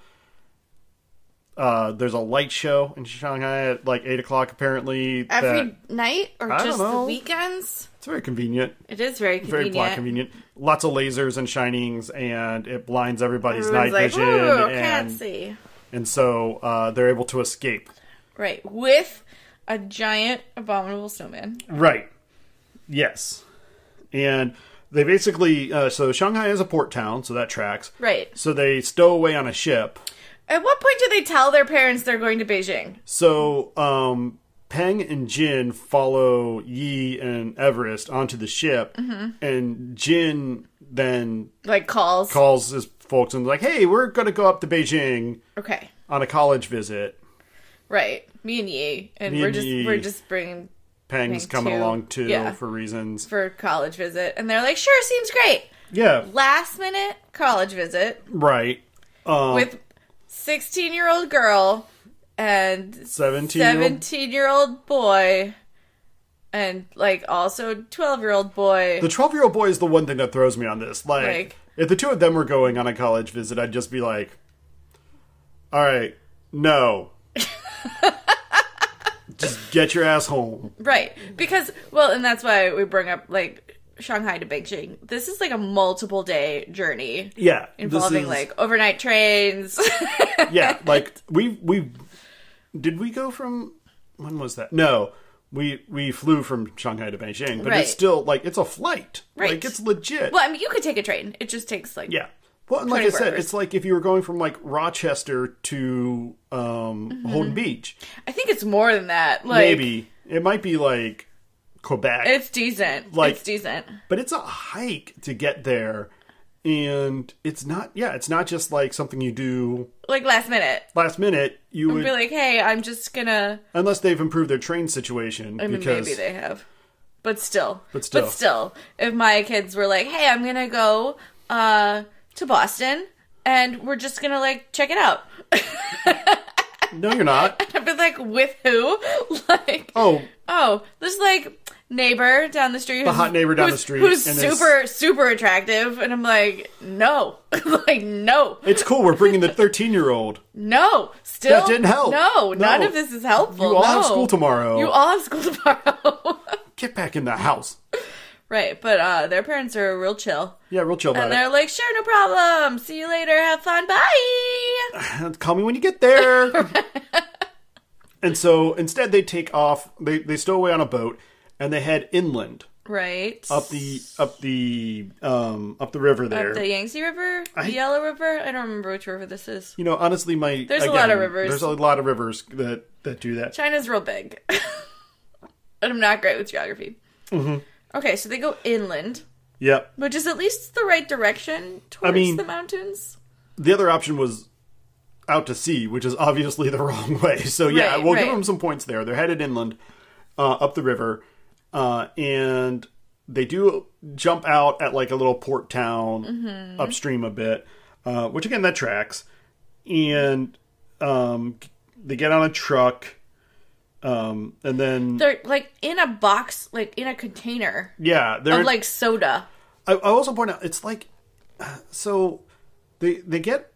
A: uh, there's a light show in Shanghai at like 8 o'clock, apparently.
B: *laughs* Every
A: that-
B: night or
A: I don't
B: just the
A: know.
B: weekends?
A: it's very convenient.
B: It is very
A: Very
B: convenient.
A: plot convenient. Lots of lasers and shinings, and it blinds everybody's
B: Everyone's
A: night
B: like,
A: vision.
B: ooh, can't
A: and,
B: see.
A: and so uh, they're able to escape.
B: Right. With a giant abominable snowman.
A: Right. Yes. And they basically uh, so Shanghai is a port town, so that tracks.
B: Right.
A: So they stow away on a ship.
B: At what point do they tell their parents they're going to Beijing?
A: So um, Peng and Jin follow Yi and Everest onto the ship,
B: Mm-hmm.
A: and Jin then
B: Like calls.
A: calls his folks and like, "Hey, we're going to go up to Beijing
B: Okay.
A: on a college visit.
B: Right. Me and Yi. And
A: Me
B: we're
A: and
B: just
A: Yi.
B: we're just bringing
A: Peng's
B: Peng
A: coming
B: too.
A: along too
B: Yeah.
A: for reasons."
B: for a college visit. And they're like, sure, seems great.
A: Yeah,
B: Last minute college visit
A: right. Um,
B: with sixteen year old girl and
A: 17
B: seventeen year old boy and like also twelve year old boy.
A: The 12 year old boy is the one thing that throws me on this. Like,
B: Like-
A: if the two of them were going on a college visit, I'd just be like, all right,
B: *laughs*
A: no. just get your ass home.
B: Right. Because well, and that's why we bring up like Shanghai to Beijing. This is like a multiple day journey
A: Yeah. this
B: involving
A: is-
B: like overnight trains. *laughs*
A: Yeah, like, we, we, did we go from, when was that? No. We, we flew from Shanghai to Beijing, but
B: Right.
A: it's still like it's a flight.
B: Right.
A: Like it's legit.
B: well, I mean, you could take a train. It just takes like
A: Yeah. Well, and like I
B: 24
A: said,
B: hours.
A: it's like if you were going from like Rochester to um, Holden Beach.
B: I think it's more than that. Mm-hmm. Like
A: maybe it might be like Quebec,
B: it's decent.
A: Like-
B: it's decent.
A: but it's a hike to get there, and it's not. Yeah, it's not just like something you do
B: Like last minute.
A: last minute. You would
B: Be like, hey, I'm just gonna
A: unless they've improved their train situation
B: I mean,
A: because
B: maybe they have. But still.
A: But still.
B: But still. If my kids were like, hey, I'm gonna go uh to Boston and we're just gonna like check it out. *laughs*
A: no, you're not.
B: I'd be like, with who? *laughs* like,
A: Oh,
B: oh, this like neighbor down the street, the
A: hot neighbor down the street,
B: who's
A: and is-
B: super super attractive, and I'm like, no, *laughs* like no,
A: it's cool. We're bringing the 13 year old.
B: no, still
A: That didn't help.
B: No, none
A: No.
B: of this is helpful.
A: You all
B: no.
A: have school tomorrow.
B: You all have school *laughs* tomorrow,
A: Get back in the house.
B: right? But uh, their parents are real chill,
A: Yeah, real chill about
B: and they're like, sure, no problem. See you later. Have fun. Bye.
A: it. *clears throat* Call me when you
B: *laughs*
A: get there. and so instead, they take off. They they stow away on a boat and they head inland.
B: Right
A: up the up the um up the river there.
B: the Yangtze River, the Yellow River. I don't remember which river this is.
A: you know, honestly, my
B: There's a lot of rivers.
A: There's a lot of rivers that that do that.
B: China's real big. *laughs* and I'm not great with geography. Mm-hmm. Okay, so they go inland,
A: Yep.
B: which is at least the right direction towards
A: mean-
B: the mountains.
A: The other option was out to sea, which is obviously the *laughs* wrong way. So yeah,
B: Right,
A: we'll give
B: right.
A: them some points there. They're headed inland, uh, up the river, uh, and they do jump out at like a little port town
B: Mm-hmm.
A: upstream a bit, uh, which again that tracks. And um, they get on a truck. Um, and then
B: They're like in a box, like in a container
A: yeah, they're
B: of like soda.
A: I, I also point out it's like uh, so they they get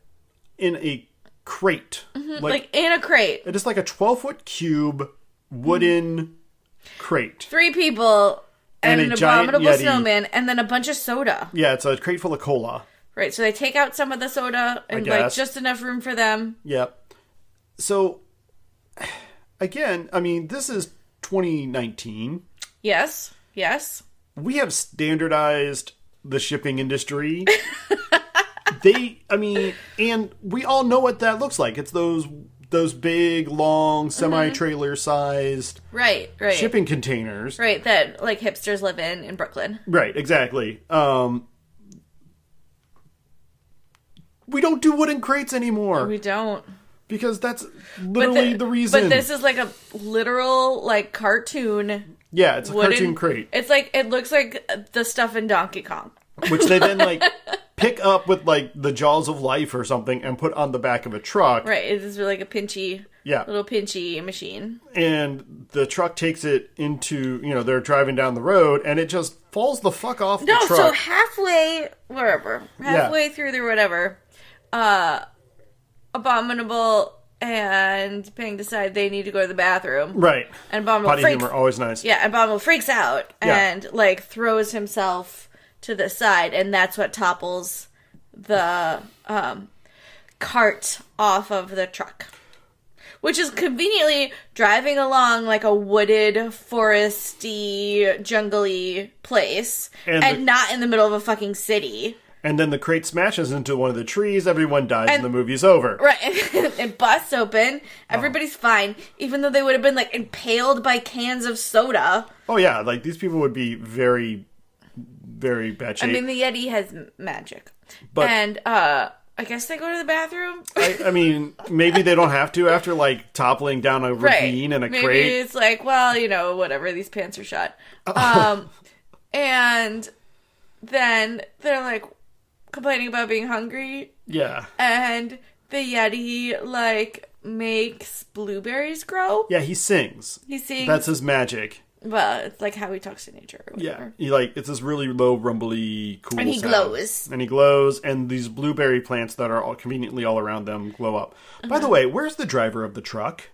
A: in a crate
B: Mm-hmm,
A: like,
B: Like in a crate.
A: it is like a twelve foot cube wooden crate.
B: Three people and,
A: And
B: an
A: a giant
B: abominable
A: Yeti.
B: snowman and then a bunch of soda.
A: Yeah, it's a crate full of cola.
B: Right. So they take out some of the soda and like
A: guess.
B: just enough room for them.
A: Yep. So again, I mean, this is 2019.
B: Yes. Yes.
A: We have standardized the shipping industry. they I mean, and we all know what that looks like. It's those those big, long, semi-trailer sized
B: Right. Right.
A: shipping containers.
B: Right. That like hipsters live in in Brooklyn.
A: Right, exactly. Um we don't do wooden crates anymore
B: We don't.
A: because that's literally the, reason.
B: But this is like a literal like cartoon
A: yeah, it's a
B: wooden
A: cartoon crate.
B: It's like it looks like the stuff in Donkey Kong.
A: which they
B: *laughs*
A: then like pick up with like the jaws of life or something and put on the back of a truck
B: Right. It is like a pinchy
A: Yeah.
B: little pinchy machine.
A: and the truck takes it into you know they're driving down the road and it just falls the fuck off
B: No,
A: the
B: Oh, so
A: truck
B: halfway wherever, halfway through the whatever, uh, abominable and Ping decide they need to go to the bathroom,
A: right
B: and abominable
A: potty
B: freaks,
A: humor always nice
B: yeah, and abominable freaks out
A: Yeah.
B: and like throws himself to the side, and that's what topples the um cart off of the truck. Which is conveniently driving along like a wooded, foresty, jungly place, and,
A: And the-
B: not in the middle of a fucking city,
A: and then the crate smashes into one of the trees everyone dies and, the movie's over
B: right? *laughs* it busts open.
A: Oh.
B: Everybody's fine, even though they would have been like impaled by cans of soda.
A: oh yeah like these people would be very very bad shape
B: I mean, the Yeti has m- magic,
A: But-
B: and uh, I guess they go to the bathroom. *laughs*
A: I, I mean maybe they don't have to after like toppling down a ravine and a
B: Maybe
A: crate Oh.
B: it's like, well, you know, whatever. These pants are shot. Um, and then they're like complaining about being hungry,
A: yeah
B: and the Yeti like makes blueberries grow.
A: yeah he sings
B: He sings.
A: that's his magic
B: well, it's like how he talks to nature. Or
A: Yeah,
B: whatever.
A: he like it's this really low, rumbly, cool.
B: And he
A: sound.
B: glows.
A: and he glows, and these blueberry plants that are all conveniently all around them glow up. By
B: Uh-huh.
A: the way, where's the driver of the truck?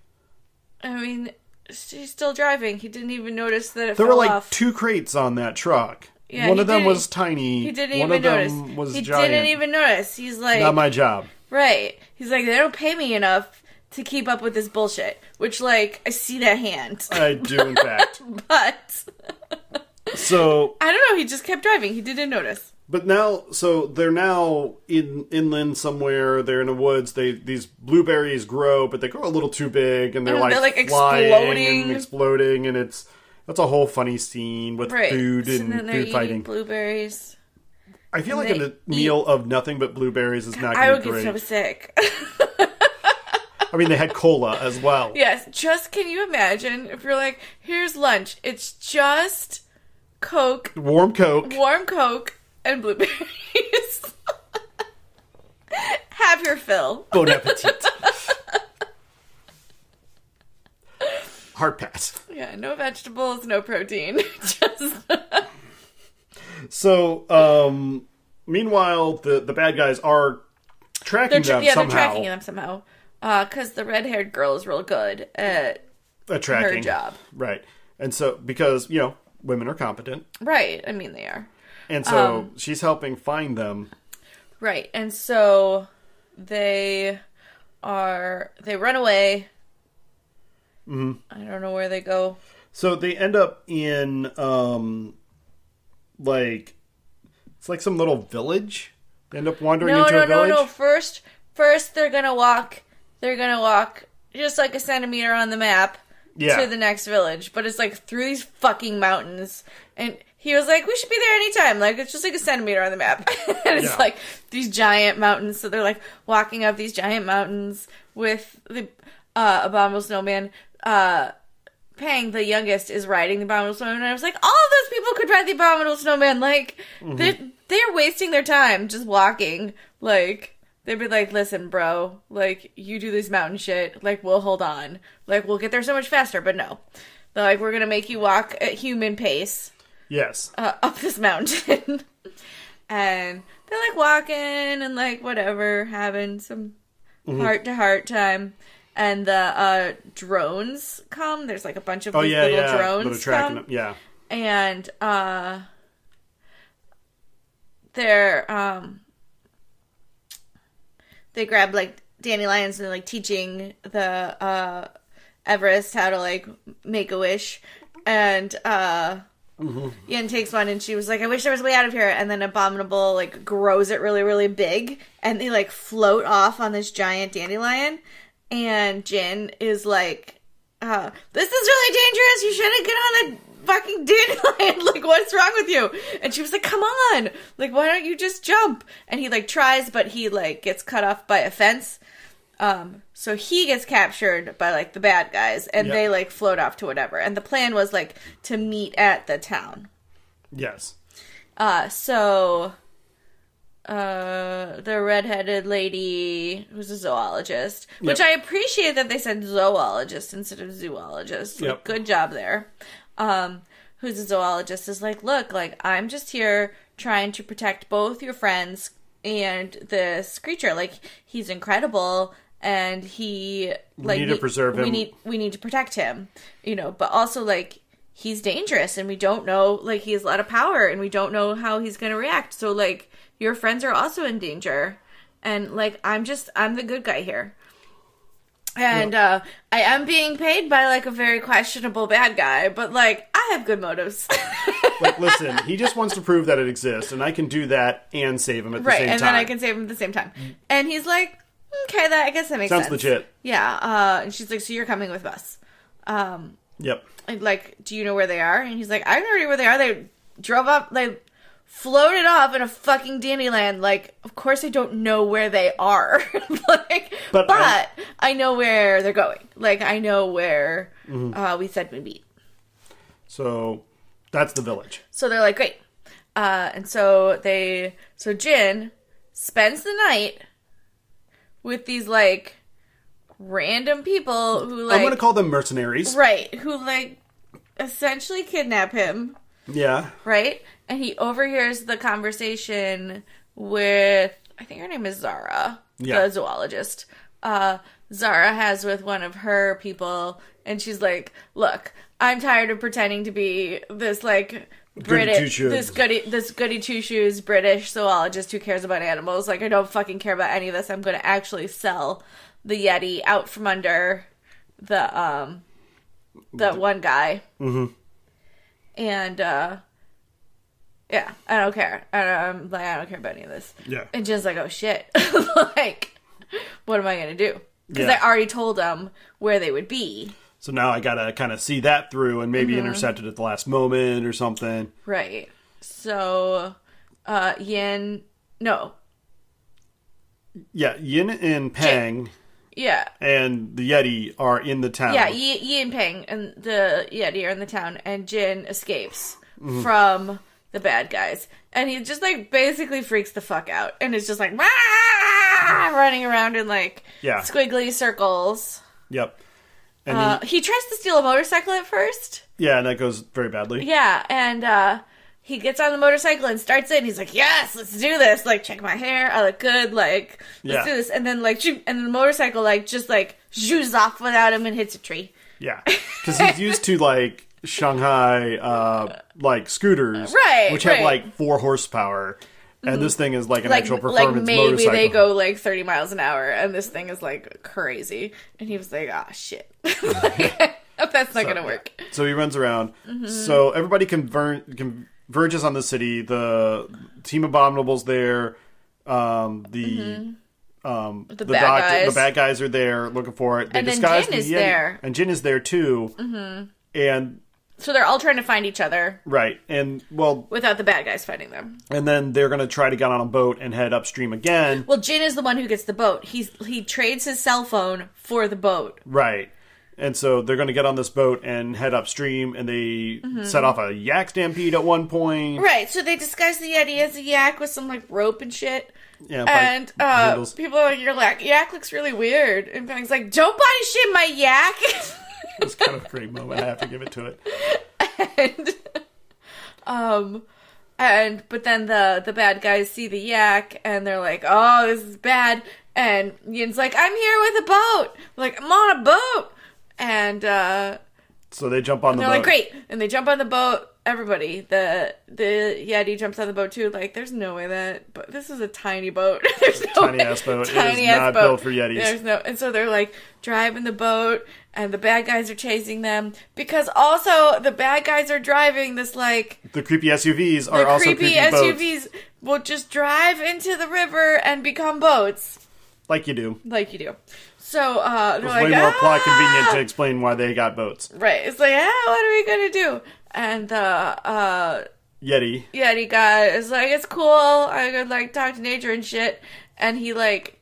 B: I mean, she's still driving. He didn't even notice that it
A: There
B: fell
A: were like
B: off.
A: two crates on that truck.
B: Yeah,
A: one
B: he
A: of them
B: didn't-
A: was tiny.
B: He didn't
A: one
B: even
A: of them
B: notice.
A: was
B: he
A: giant.
B: didn't even notice. He's like,
A: Not my job.
B: right. He's like, they don't pay me enough to keep up with this bullshit. Which, like, I see that hand, *laughs*
A: I do, in fact.
B: but
A: So,
B: I don't know. He just kept driving. He didn't notice.
A: but now, so they're now in inland somewhere. They're in the woods. They these blueberries grow, but they grow a little too big, and they're
B: And
A: like,
B: they're, like,
A: flying
B: exploding.
A: and exploding, and it's that's a whole funny scene with
B: Right.
A: food
B: So then
A: and
B: they're
A: food
B: eating
A: fighting.
B: blueberries.
A: I feel like
B: they
A: a meal of nothing but blueberries is not
B: I
A: going
B: would
A: to be
B: get
A: great.
B: so sick. *laughs*
A: I mean, they had cola as well.
B: yes. Just can you imagine if you're like, here's lunch. It's just Coke,
A: Warm Coke.
B: warm Coke, and blueberries. *laughs* Have your fill.
A: Bon appetit. Hard pass.
B: Yeah, no vegetables, no protein. *laughs* Just
A: So, um, meanwhile, the the bad guys are tracking
B: tra-
A: them
B: yeah,
A: somehow.
B: they're tracking uh, them somehow. Because the red-haired girl is real good at
A: A Uh, tracking
B: job.
A: right? And so, because you know, women are competent,
B: right. I mean, they are
A: and so
B: Um,
A: she's helping find them.
B: right, and so they are they run away. Mm-hmm. I don't know where they go.
A: So they end up in um, like it's like some little village. They end up wandering
B: No,
A: into
B: no,
A: a
B: no,
A: village.
B: no. First, first they're gonna walk. They're gonna walk just like a centimeter on the map
A: Yeah.
B: to the next village, but it's like through these fucking mountains. And he was like, "We should be there anytime." Like it's just like a centimeter on the map, *laughs* and it's
A: Yeah.
B: like these giant mountains. So they're like walking up these giant mountains with the uh, abominable snowman. Uh, Pang, the youngest, is riding the abominable snowman, and I was like, all of those people could ride the abominable snowman. Like they're they're wasting their time just walking. Like They'd be like, listen, bro, like, you do this mountain shit. Like, we'll hold on. Like, we'll get there so much faster, but no. They're like, we're going to make you walk at human pace
A: Yes.
B: uh, up this mountain. *laughs* and they're like walking and like whatever, having some
A: Mm-hmm.
B: heart to heart time. And the uh, drones come. There's like a bunch of
A: oh
B: these
A: yeah,
B: little
A: yeah.
B: drones.
A: little tracking
B: come
A: them. Yeah.
B: and uh they're um they grab like dandelions and like teaching the uh Everest how to like make a wish and uh Yin takes one and she was like, I wish there was a way out of here. And then Abominable like grows it really, really big and they like float off on this giant dandelion. And Jin is like, uh, this is really dangerous. You shouldn't get on a fucking *laughs* dandelion. like, what's wrong with you? And she was like, come on. Like, why don't you just jump? And he like tries, but he like gets cut off by a fence. Um, so he gets captured by like the bad guys and
A: Yep.
B: they like float off to whatever. And the plan was like to meet at the town.
A: Yes.
B: Uh, so, uh, the redheaded lady who's a zoologist, which
A: Yep.
B: I appreciate that they said zoologist instead of zoologist. Like,
A: Yep.
B: Good job there. Um, who's a zoologist is like, look, like I'm just here trying to protect both your friends and this creature. Like he's incredible. And he like
A: need to preserve
B: We
A: him.
B: need we need to protect him, you know. But also like he's dangerous, and we don't know like he has a lot of power, and we don't know how he's going to react. So like your friends are also in danger, and like I'm just I'm the good guy here, and uh, I am being paid by like a very questionable bad guy, but like I have good
A: *laughs*
B: motives,
A: Like, listen, he just wants to prove that it exists, and I can do that and save him at the
B: right?
A: same
B: And
A: time. Mm.
B: then I can save him at the same time, and he's like, okay, that I guess that makes
A: Sounds
B: sense.
A: legit.
B: yeah. Uh, and she's like, so you're coming with us. Um,
A: Yep.
B: and like, do you know where they are? And he's like, I don't know where they are. They drove up, they floated off in a fucking dandelion. Like, of course I don't know where they are. *laughs* like, but,
A: But I-
B: I, know where they're going. Like, I know where
A: Mm-hmm.
B: uh, we said we'd meet.
A: So that's the village.
B: So they're like, great. Uh, and so they, so Jin spends the night with these like random people who like,
A: I'm gonna call them mercenaries.
B: right, who like essentially kidnap him.
A: Yeah.
B: right? And he overhears the conversation with I think her name is Zara,
A: Yeah.
B: the zoologist. Uh, Zara has with one of her people, and she's like, "Look, I'm tired of pretending to be this like British,
A: two-shoes.
B: this goody, this goody two shoes British zoologist who cares about animals. Like, I don't fucking care about any of this. I'm gonna actually sell the Yeti out from under the um the one guy."
A: Mm-hmm.
B: and uh yeah i don't care I don't, i'm like i don't care about any of this
A: Yeah.
B: and just like oh shit *laughs* like what am i gonna do because
A: Yeah.
B: i already told them where they would be
A: So now I gotta kind of see that through and maybe
B: Mm-hmm.
A: intercept it at the last moment or something.
B: right so uh yin no
A: Yeah, Yin and Pang
B: yeah
A: and the Yeti are in the town.
B: yeah Yi yin ping and the yeti are in the town and jin escapes
A: Mm-hmm.
B: from the bad guys and he just like basically freaks the fuck out and is just like "Wah!" running around in like
A: Yeah.
B: squiggly circles
A: Yep. And
B: Uh, he tries to steal a motorcycle at first.
A: he, yeah, and that goes very badly.
B: Yeah, and uh, he gets on the motorcycle and starts it. And he's like, "Yes, let's do this! Like, check my hair. I look good. Like, let's
A: Yeah.
B: do this." And then like, shoot, and then the motorcycle like just like zooms off without him and hits a tree.
A: Yeah, because he's used to like Shanghai, uh, like scooters,
B: Right,
A: Which
B: right. Mm-hmm.
A: have like four horsepower, and this thing is like an
B: Like,
A: actual
B: like
A: performance
B: maybe
A: motorcycle.
B: they go like thirty miles an hour, and this thing is like crazy. And he was like, "Ah, shit." *laughs* Like, That's not gonna work.
A: So he runs around. So everybody conver- converges on the city. The Team Abominable's there. Um, the um, the,
B: bad guys.
A: the bad guys are there looking for it. They
B: And then
A: disguise
B: Jin
A: the
B: is
A: Yeti-
B: there.
A: and Jin is there too. Mm-hmm. And
B: So they're all trying to find each other
A: right, and well,
B: without the bad guys finding them.
A: and then they're gonna try to get on a boat and head upstream again.
B: Well, Jin is the one who gets the boat. He's he trades his cell phone for the boat.
A: Right. And so they're going to get on this boat and head upstream, and they set off a yak stampede at one point.
B: Right, so they disguise the Yeti as a yak with some like rope and shit.
A: Yeah, by
B: And uh,
A: handles.
B: people are like, your yak, yak looks really weird. And Penning's like, don't buy shit, my yak. *laughs*
A: it's kind of a great moment. I have to give it to it.
B: and, *laughs* um, and but then the the bad guys see the yak and they're like, oh, this is bad. And Yin's like, I'm here with a boat. Like I'm on a boat. And uh,
A: So they jump on the
B: they're
A: boat.
B: like, great. And they jump on the boat. Everybody, the the Yeti jumps on the boat too. Like, there's no way that, but this is a tiny boat. *laughs* there's no
A: Tiny
B: way-
A: ass boat. It is
B: Tiny-ass
A: not built for Yetis.
B: There's no, and so they're like driving the boat, and the bad guys are chasing them because also the bad guys are driving this like
A: The creepy SUVs are
B: the
A: also creepy,
B: creepy,
A: boats,
B: SUVs will just drive into the river and become boats
A: like you do.
B: like you do. So uh, they're
A: It's
B: like,
A: way more plot
B: "Ah!"
A: convenient to explain why they got boats.
B: Right. It's like, ah, what are we gonna do? And the uh,
A: Yeti.
B: Yeti guy is like, it's cool. I could like talk to nature and shit. And he like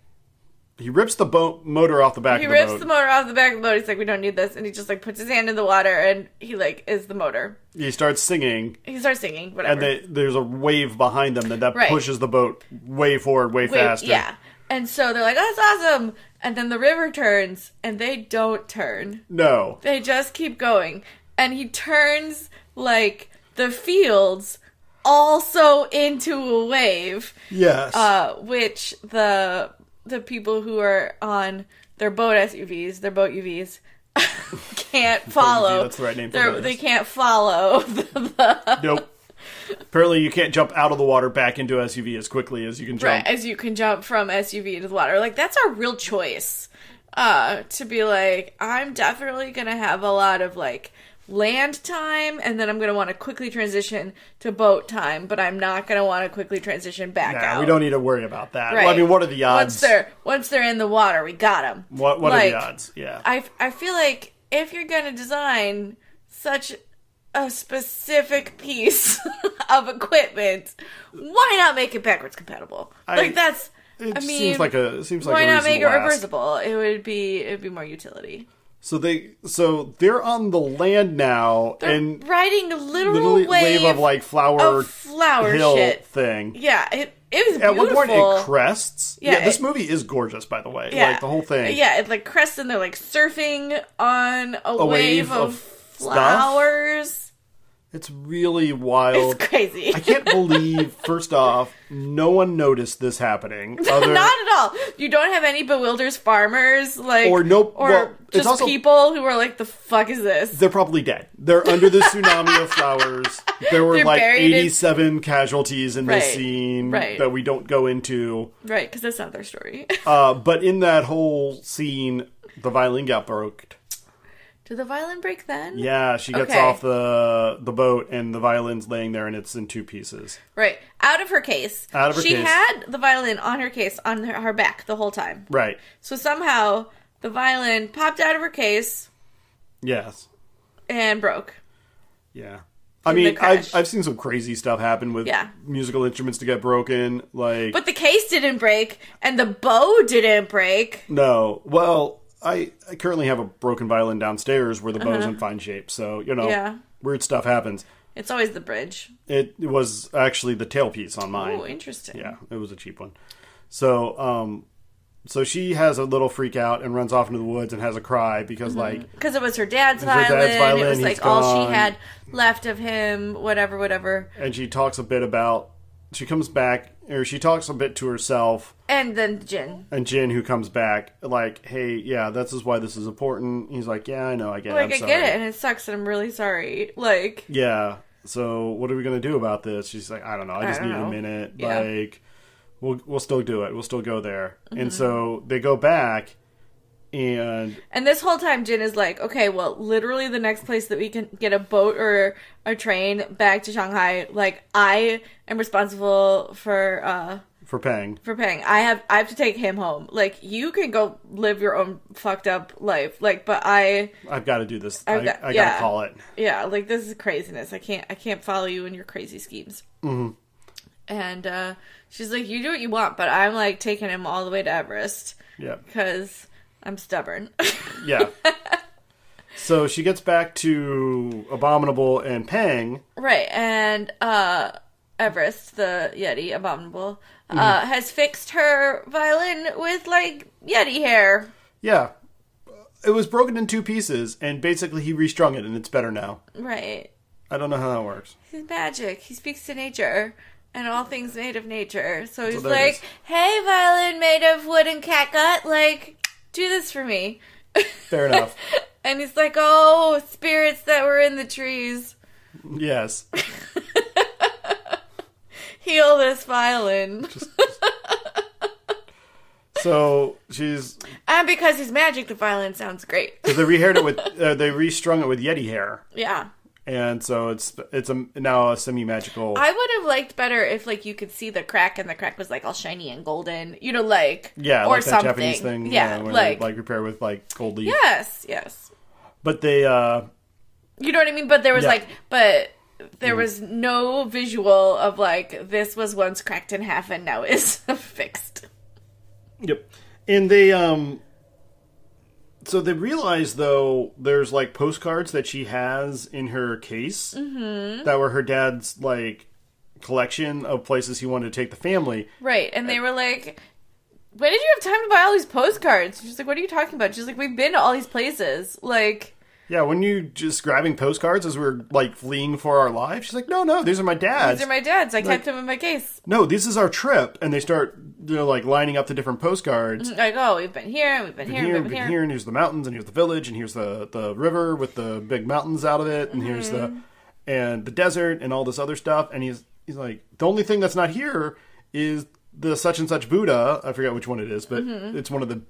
A: He rips the boat motor off the back
B: he
A: of the
B: rips
A: boat.
B: the motor off the back of the boat. He's like, we don't need this. And he just like puts his hand in the water and he like is the motor.
A: he starts singing,
B: He starts singing whatever.
A: and they, there's a wave behind them that, that
B: Right.
A: pushes the boat way forward, way,
B: Wait,
A: faster.
B: Yeah. And so they're like, oh, that's awesome. And then the river turns and they don't turn.
A: No.
B: They just keep going. And he turns like the fields also into a wave.
A: Yes.
B: uh, which the the people who are on their boat SUVs, their boat UVs, *laughs* can't follow.
A: that's the right name for
B: They're-
A: those.
B: They can't follow. *laughs* the,
A: nope. Apparently, you can't jump out of the water back into SUV as quickly as you can jump.
B: right, as you can jump from SUV into the water, like that's our real choice. Uh, to be like, I'm definitely gonna have a lot of like land time, and then I'm gonna want to quickly transition to boat time, but I'm not gonna want to quickly transition back
A: Nah,
B: out.
A: we don't need to worry about that. Well, I
B: Right.
A: mean, what are the odds?
B: Once they're once they're in the water, we got them.
A: what what are the odds? Yeah.
B: I, I feel like if you're going to design such a specific piece *laughs* of equipment, why not make it backwards compatible? like that's
A: it
B: I mean,
A: seems like a it seems like
B: why
A: a
B: not make it
A: reasonable ask.
B: reversible? It would be it'd be more utility.
A: So they so they're on the land now and
B: Riding a literal
A: literally wave,
B: wave
A: of like flower
B: of flower
A: hill
B: shit.
A: thing.
B: yeah, it it was
A: At
B: beautiful.
A: one point it crests. Yeah,
B: Yeah,
A: this
B: it-
A: movie is gorgeous by the way. Like the whole thing.
B: Yeah, it's like crests and they're like surfing on a,
A: wave
B: wave, of,
A: of stuff?
B: flowers.
A: It's really wild.
B: It's crazy.
A: I can't
B: *laughs*
A: believe first off no one noticed this happening
B: *laughs*
A: other
B: Not at all. You don't have any bewilders farmers like
A: Or no-
B: or
A: well, it's
B: just
A: also-
B: people who are like the fuck is this?
A: they're probably dead. They're under the tsunami of flowers. There were
B: They're
A: like
B: buried in-
A: 87 casualties in
B: Right.
A: this scene
B: Right.
A: that we don't go into.
B: Right, because that's not their story. *laughs*
A: Uh, but in that whole scene, the violin got broke.
B: Did the violin break then?
A: Yeah, she gets
B: Okay.
A: off the the boat, and the violin's laying there, and it's in two pieces.
B: Right. Out of her case.
A: Out of her
B: she
A: case.
B: had the violin on her case on her, her back the whole time.
A: Right.
B: So somehow the violin popped out of her case
A: Yes.
B: and broke.
A: Yeah. I
B: In the
A: mean, I've,
B: crash.
A: I've seen some crazy stuff happen with
B: Yeah.
A: musical instruments to get broken. Like,
B: But the case didn't break and the bow didn't break.
A: no. Well, I, I currently have a broken violin downstairs where the bow's in fine shape. So, you know,
B: Uh-huh. Yeah.
A: weird stuff happens.
B: It's always the bridge.
A: It was actually the tailpiece on mine.
B: Oh, interesting.
A: Yeah, Mm-hmm. it was a cheap one. So, um, so she has a little freak out and runs off into the woods and has a cry because, like,
B: because it was her dad's
A: her
B: violin.
A: dad's violin,
B: It was
A: he's
B: like all
A: gone.
B: she had left of him. Whatever, whatever.
A: and she talks a bit about she comes back or she talks a bit to herself
B: And then Jin.
A: and Jin who comes back like, hey, yeah, this is why this is important. He's like, yeah, I know, I get
B: Like
A: it.
B: i
A: I'm sorry.
B: get it, and it sucks, and I'm really sorry. Like
A: Yeah. So what are we gonna do about this? She's like, I don't know. I just
B: don't
A: need a
B: know.
A: minute.
B: Yeah.
A: Like, we'll we'll still do it. We'll still go there.
B: Mm-hmm.
A: And so they go back, and
B: And this whole time, Jin is like, okay, well, literally the next place that we can get a boat or a train back to Shanghai, like, I am responsible for, uh,
A: for Pang,
B: for paying. I have, I have to take him home. Like, you can go live your own fucked up life. Like, but I,
A: I've got to do this. I,
B: I've got-
A: I gotta
B: yeah.
A: call it.
B: yeah, like, this is craziness. I can't, I can't follow you in your crazy schemes. Mm-hmm. And, uh, she's like, you do what you want, but I'm, like, taking him all the way to Everest
A: Yeah.
B: because I'm stubborn.
A: Yeah. So she gets back to Abominable and Pang.
B: *laughs* Right, and uh Everest, the Yeti, abominable, uh, has fixed her violin with like Yeti hair.
A: Yeah. It was broken in two pieces, and basically he restrung it, and it's better now.
B: Right.
A: I don't know how that works.
B: He's magic. He speaks to nature and all things made of nature. So he's
A: there it
B: like,
A: is.
B: Hey violin made of wood and catgut, like, do this for me. *laughs*
A: Fair enough.
B: And he's like, Oh, spirits that were in the trees,
A: yes.
B: heal this violin.
A: So she's
B: *laughs* And because he's magic, the violin sounds great.
A: *laughs* because they rehaired it with uh, they restrung it with Yeti hair,
B: yeah.
A: and so it's it's a now a semi magical.
B: I would have liked better if like you could see the crack and the crack was like all shiny and golden, you know, like
A: Yeah,
B: or
A: like that
B: something.
A: Japanese thing.
B: yeah,
A: where
B: like,
A: they, like repair with like gold leaf.
B: yes, yes.
A: But they uh
B: You know what I mean? But there was
A: Yeah. Mm.
B: like, but there was no visual of like this was once cracked in half and now *laughs* is fixed.
A: Yep. And they um so they realize though there's like postcards that she has in her case
B: Mm-hmm.
A: that were her dad's like collection of places he wanted to take the family.
B: Right. And they were like, when did you have time to buy all these postcards? She's like, what are you talking about? She's like, we've been to all these places. Like,
A: Yeah, when you just grabbing postcards as we are like fleeing for our lives, she's like, "No, no, these are my dad's.
B: these are my dad's. I kept them in my case.
A: no, this is our trip." And they start they're like lining up the different postcards.
B: Like, oh, we've been here and we've been here
A: here,
B: and
A: and
B: we've
A: here,
B: been here.
A: and here's the mountains, and here's the village, and here's the the river with the big mountains out of it, and here's the
B: Mm-hmm.
A: and the desert and all this other stuff. And he's he's like, the only thing that's not here is the such and such Buddha. I forget which one it is, but
B: Mm-hmm.
A: it's one of the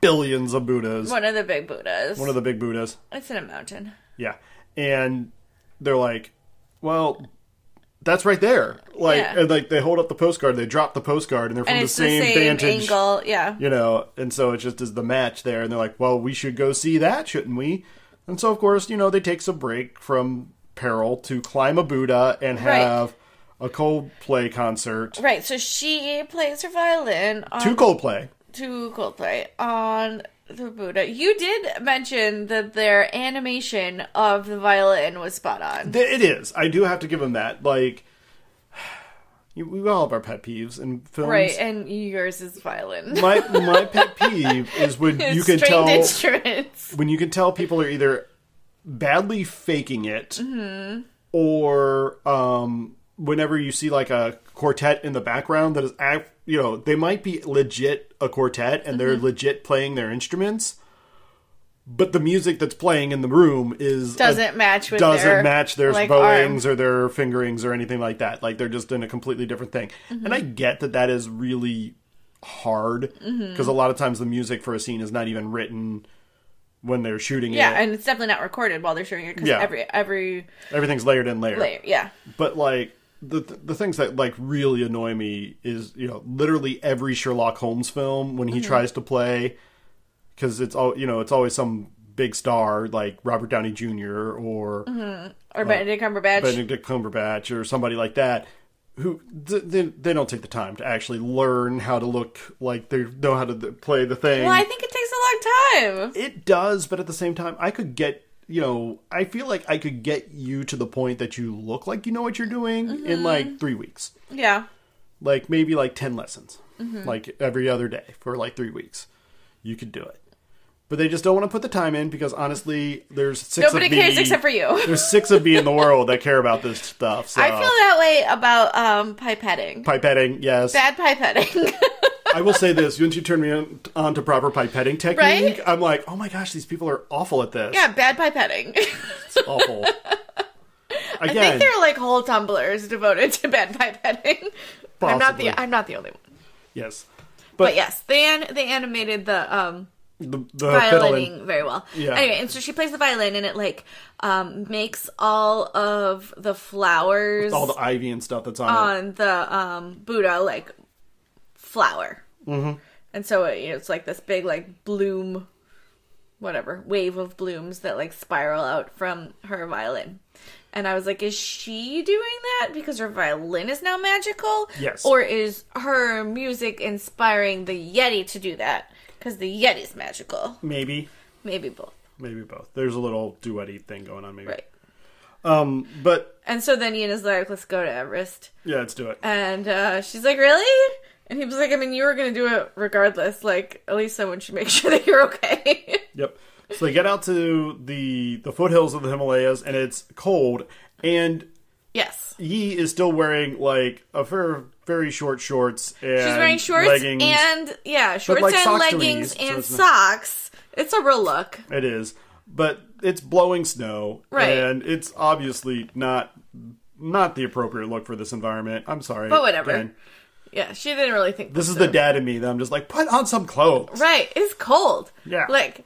A: billions of Buddhas,
B: One of the big Buddhas.
A: one of the big Buddhas.
B: It's in a mountain.
A: Yeah, and they're like, well. That's right there. Like
B: Yeah.
A: and like they hold up the postcard, they drop the postcard and they're from
B: And
A: the,
B: it's
A: same
B: the same
A: vantage
B: angle. Yeah.
A: you know and so it just is the match there and they're like well we should go see that shouldn't we and so of course you know they takes a break from peril to climb a buddha and
B: Right.
A: have a coldplay concert
B: Right. So she plays her violin on
A: to coldplay
B: to Coldplay on the Buddha. You did mention that their animation of the violin was spot on.
A: Th- it is i do have to give them that like *sighs* you- we all have our pet peeves in films
B: Right, and yours is violin. *laughs*
A: my my pet peeve is when you can
B: Stringed
A: tell
B: instruments.
A: when you can tell people are either badly faking it or um, whenever you see like a quartet in the background that is ac- you know they might be legit a quartet and they're legit playing their instruments but the music that's playing in the room is a-
B: Doesn't match with
A: doesn't
B: their,
A: match their
B: like,
A: bowings or their fingerings or anything like that like they're just in a completely different thing
B: Mm-hmm.
A: and i get that that is really hard because
B: Mm-hmm.
A: a lot of times the music for a scene is not even written when they're shooting
B: Yeah,
A: it
B: and it's definitely not recorded while they're shooting it because
A: Yeah.
B: every every
A: everything's layered in layer
B: layer, yeah,
A: but like the the things that like really annoy me is you know literally every Sherlock Holmes film when he
B: Mm-hmm.
A: tries to play because it's all you know it's always some big star like Robert Downey Jr. or
B: Mm-hmm. or Benedict Cumberbatch.
A: Benedict Cumberbatch or somebody like that who th- they, they don't take the time to actually learn how to look like they know how to th- play the thing
B: well, I think it takes a long time.
A: it does but at the same time i could get you know i feel like i could get you to the point that you look like you know what you're doing
B: Mm-hmm.
A: in like three weeks
B: Yeah,
A: like maybe like 10 lessons
B: Mm-hmm.
A: like every other day for like three weeks you could do it but they just don't want to put the time in because honestly there's six
B: Nobody
A: of me,
B: cares except for you.
A: there's six of me in the world that care
B: *laughs*
A: about this stuff so
B: I feel that way about um pipetting.
A: pipetting yes
B: Bad pipetting. *laughs*
A: i will say this once you turn me on, on to proper pipetting technique
B: Right?
A: i'm like oh my gosh these people are awful at this
B: yeah, bad pipetting. *laughs*
A: it's awful
B: I think
A: again
B: there are like whole tumblers devoted to bed pipetting. I'm not
A: Possibly.
B: the I'm not the only one.
A: yes
B: But,
A: but,
B: yes, they an- they animated the um
A: the, the fiddling
B: violining very well.
A: Yeah.
B: Anyway, and so she plays the violin and it like um makes all of the flowers
A: all the ivy and stuff that's on, it
B: on the um Buddha like flower. Mm-hmm. And so it, it's like this big like bloom whatever wave of blooms that like spiral out from her violin. And I was like, is she doing that because her violin is now magical?
A: Yes.
B: Or is her music inspiring the Yeti to do that? Because the Yeti's magical.
A: maybe
B: Maybe both.
A: maybe both. There's a little duetty thing going on, maybe.
B: Right.
A: Um, but
B: And so then Ian is like, let's go to Everest.
A: yeah, let's do it.
B: And uh, she's like, really? And he was like, I mean, you were going to do it regardless. Like, at least someone should make *laughs* sure that you're okay. *laughs*
A: Yep. So they get out to the the foothills of the Himalayas, and it's cold. And
B: yes.
A: Yi is still wearing like a fair, very short shorts and
B: She's wearing shorts
A: leggings.
B: and, yeah, shorts
A: like,
B: and
A: socks to her
B: leggings
A: knees, so
B: and
A: it's not-
B: socks. It's a real look.
A: It is, but it's blowing snow,
B: Right.
A: And it's obviously not not the appropriate look for this environment. I'm sorry,
B: But whatever.
A: Dan.
B: Yeah, she didn't really think
A: This is
B: through.
A: the dad in me that I'm just like, put on some clothes.
B: Right. It's cold.
A: Yeah.
B: Like,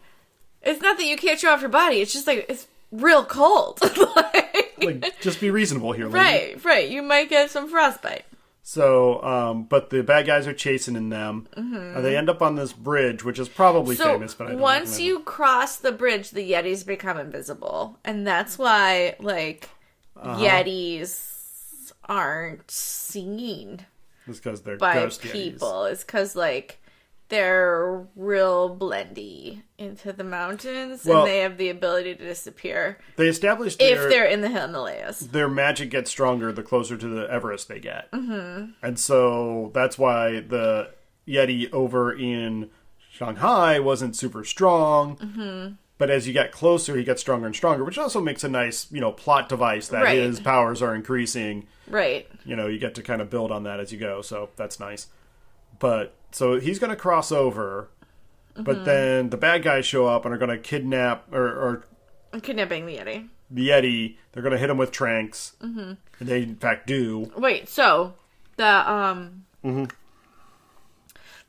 B: it's not that you can't show off your body. It's just like, it's real cold. *laughs* like,
A: Like, just be reasonable here, lady.
B: right, right. You might get some frostbite.
A: So, um, but the bad guys are chasing them. Uh, they end up on this bridge, which is probably
B: Mm-hmm. So
A: famous, but I don't
B: once
A: recommend
B: you cross the bridge, the Yetis become invisible. And that's why, like,
A: Uh-huh.
B: Yetis aren't seen
A: it. It's because they're
B: by
A: ghost
B: people.
A: Yetis.
B: It's because, like, they're real blendy into the mountains
A: Well-
B: and they have the ability to disappear
A: They established
B: if
A: their,
B: they're in the Himalayas.
A: their magic gets stronger the closer to the Everest they get, mm-hmm. and so that's why the Yeti over in Shanghai wasn't super strong. Mm-hmm. But as you get closer, he gets stronger and stronger, which also makes a nice, you know, plot device that
B: Right.
A: his powers are increasing.
B: Right.
A: you know, you get to kind of build on that as you go, so that's nice. But so he's going to cross over, but then the bad guys show up and are going to kidnap or, or
B: I'm kidnapping the Yeti.
A: the Yeti. They're going to hit him with tranks. Mm-hmm. And they, in fact, do.
B: Wait, so the um
A: Mm-hmm.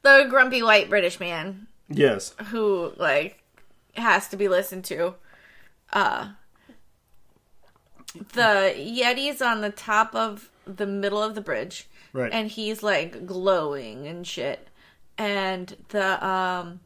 B: the grumpy white British man
A: Yes.
B: who like has to be listened to. Uh the Yeti's on the top of the middle of the bridge.
A: Right.
B: And he's like glowing and shit. And the um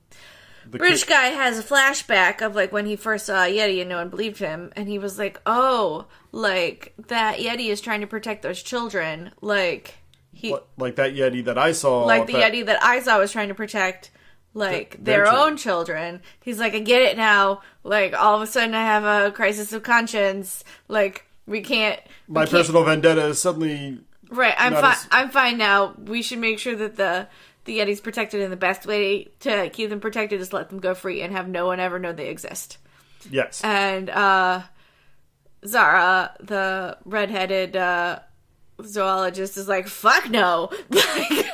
A: The
B: British
A: kid-
B: guy has a flashback of like when he first saw a Yeti and no one believed him, and he was like, "Oh, like that Yeti is trying to protect those children." Like he,
A: what- like that Yeti that I saw.
B: like the
A: that-
B: Yeti that I saw was trying to protect like
A: Th- their
B: their, own children. He's like, "I get it now." Like all of a sudden, I have a crisis of conscience. Like we can't. we
A: My
B: can't-
A: personal vendetta is suddenly.
B: Right, I'm
A: not
B: fine.
A: as-
B: I'm fine now. We should make sure that the the Yeti's protected, and the best way to keep them protected is let them go free and have no one ever know they exist.
A: Yes.
B: And uh, Zara, the redheaded uh, zoologist, is like, "Fuck no! *laughs* Like,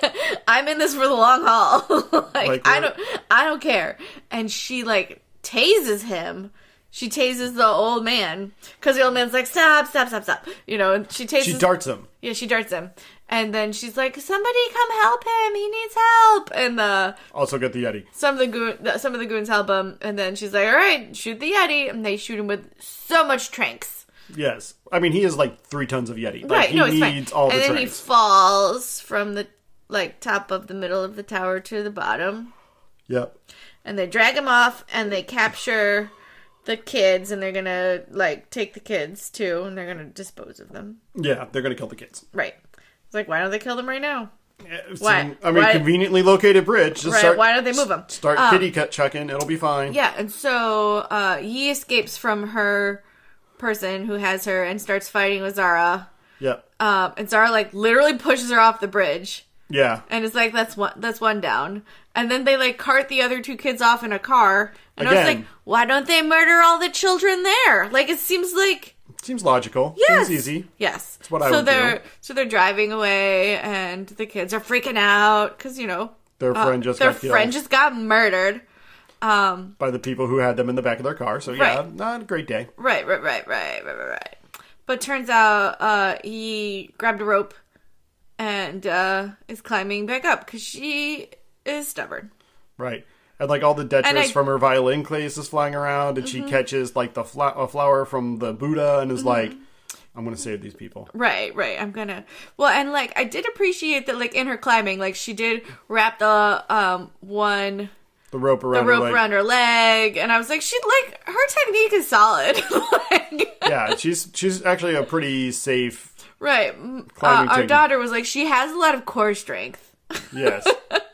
B: I'm in this for the long haul. *laughs* like,
A: Like
B: I
A: what?
B: don't, I don't care." And she like tases him. She tases the old man because the old man's like, "Stop! Stop! Stop! Stop!" You know, and she tases.
A: she darts him.
B: Yeah, she darts him. And then she's like, "Somebody come help him! He needs help!" And the
A: Also get the Yeti.
B: some of the goon, the- some of the goons help him. And then she's like, "All right, shoot the yeti!" And they shoot him with so much tranks.
A: Yes. I mean, he is like three tons of Yeti. Like,
B: right?
A: He
B: no, it's fine.
A: needs all
B: and
A: the
B: then he
A: drinks.
B: falls from the like top of the middle of the tower to the bottom.
A: Yep.
B: And they drag him off, and they capture the kids, and they're gonna like take the kids too, and they're gonna dispose of them.
A: Yeah. They're going to kill the kids.
B: Right? It's like, why don't they kill them right now?
A: It's
B: Why-
A: an- I mean,
B: why-
A: conveniently located bridge. Just
B: Right,
A: start,
B: why don't they move 'em?
A: s- Start kitty cut chucking. It'll be fine.
B: Yeah, and so uh, Yi escapes from her person who has her and starts fighting with Zara.
A: Yeah.
B: Um, and Zara like literally pushes her off the bridge
A: Yeah.
B: and is like, "That's one, that's one down." And then they like cart the other two kids off in a car. And I was
A: Again.
B: like, "Why don't they murder all the children there?" Like it seems like
A: Seems logical.
B: Yes.
A: Seems easy.
B: yes.
A: what I
B: so
A: would
B: they're
A: do.
B: so they're driving away, and the kids are freaking out because you know
A: Their
B: uh,
A: friend just
B: their
A: got killed
B: friend just got murdered. Um,
A: by the people who had them in the back of their car. So yeah,
B: Right.
A: not a great day.
B: Right, right, right, right, right, right, right. But turns out uh, he grabbed a rope and uh, is climbing back up because she is stubborn.
A: Right. And like all the detritus
B: I- Mm-hmm.
A: from her violin case is flying around, and she catches like the fla- a flower from the Buddha and is like, "I'm gonna save these people."
B: Right, right. I'm gonna. Well, and like I did appreciate that, like in her climbing, like she did wrap the um one
A: The rope around.
B: rope
A: her leg.
B: around her leg, and I was like, she like her technique is solid. *laughs* like, *laughs*
A: yeah, she's she's actually a pretty safe.
B: right. m- Uh,
A: Climbing
B: our
A: technique.
B: daughter was like, she has a lot of core strength.
A: Yes,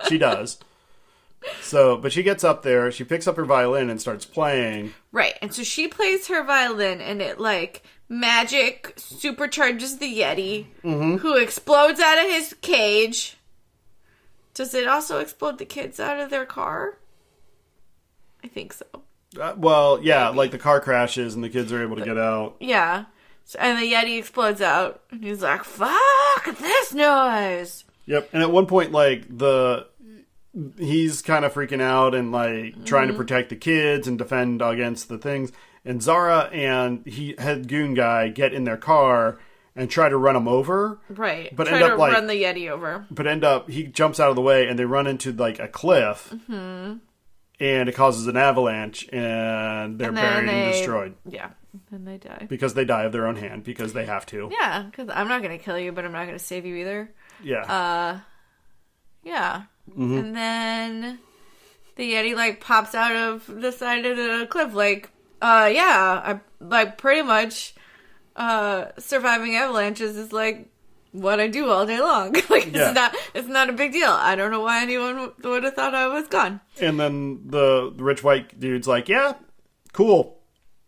A: she does. So, but she gets up there, she picks up her violin and starts playing.
B: Right. And so she plays her violin and it like magic supercharges the Yeti
A: Mm-hmm.
B: who explodes out of his cage. Does it also explode the kids out of their car? I think so.
A: Uh, well, yeah, like the car crashes and the kids are able to get out.
B: Yeah. So, and the Yeti explodes out and he's like, fuck this noise.
A: Yep. And at one point, like the he's kind of freaking out and like trying
B: Mm-hmm.
A: to protect the kids and defend against the things. And Zara and he head goon guy get in their car and try to run him over.
B: Right.
A: But
B: Try
A: end
B: to
A: up, like-
B: run the Yeti over.
A: but end up he jumps out of the way and they run into like a cliff
B: Mm-hmm.
A: and it causes an avalanche and they're
B: And then
A: buried and
B: they-
A: destroyed
B: Yeah. Then they die.
A: because they die of their own hand because they have to
B: Yeah, because I'm not going to kill you, but I'm not going to save you either.
A: yeah
B: Uh, Yeah. And then the Yeti like pops out of the side of the cliff like, uh yeah, I like pretty much uh surviving avalanches is like what I do all day long. *laughs* like it's
A: Yeah.
B: not it's not a big deal. I don't know why anyone would have thought I was gone.
A: and then the the rich white dude's like yeah cool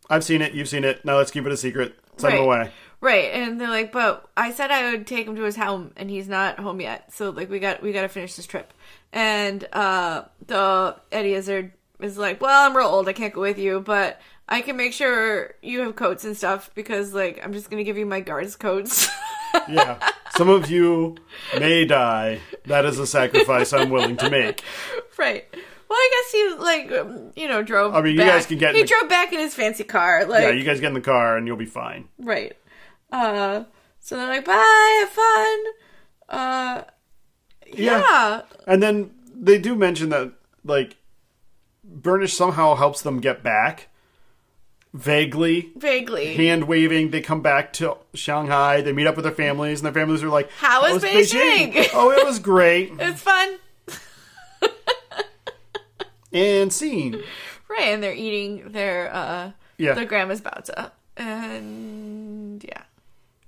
A: i've seen it you've seen it now let's keep it a secret send him
B: Right.
A: away
B: Right, and they're like, but I said I would take him to his home, and he's not home yet. So like, we got we got to finish this trip. And uh, the Eddie Izzard is like, well, I'm real old, I can't go with you, but I can make sure you have coats and stuff because like I'm just gonna give you my guards coats. *laughs*
A: yeah some of you may die that is a sacrifice i'm willing to make
B: *laughs* right. Well, I guess he like um, you know drove.
A: I mean, you
B: back.
A: guys can get in
B: He
A: the-
B: drove back in his fancy car. Like
A: yeah you guys get in the car and you'll be fine
B: Right. Uh, so they're like, bye, have fun. Uh,
A: Yeah.
B: yeah.
A: And then they do mention that like Burnish somehow helps them get back. Vaguely,
B: Vaguely.
A: hand waving, they come back to Shanghai. They meet up with their families, and their families are like,
B: How was Beijing?"
A: oh, it was great."
B: It's fun.
A: and scene.
B: *laughs* Right, and they're eating their uh
A: Yeah,
B: their grandma's baozi. And yeah.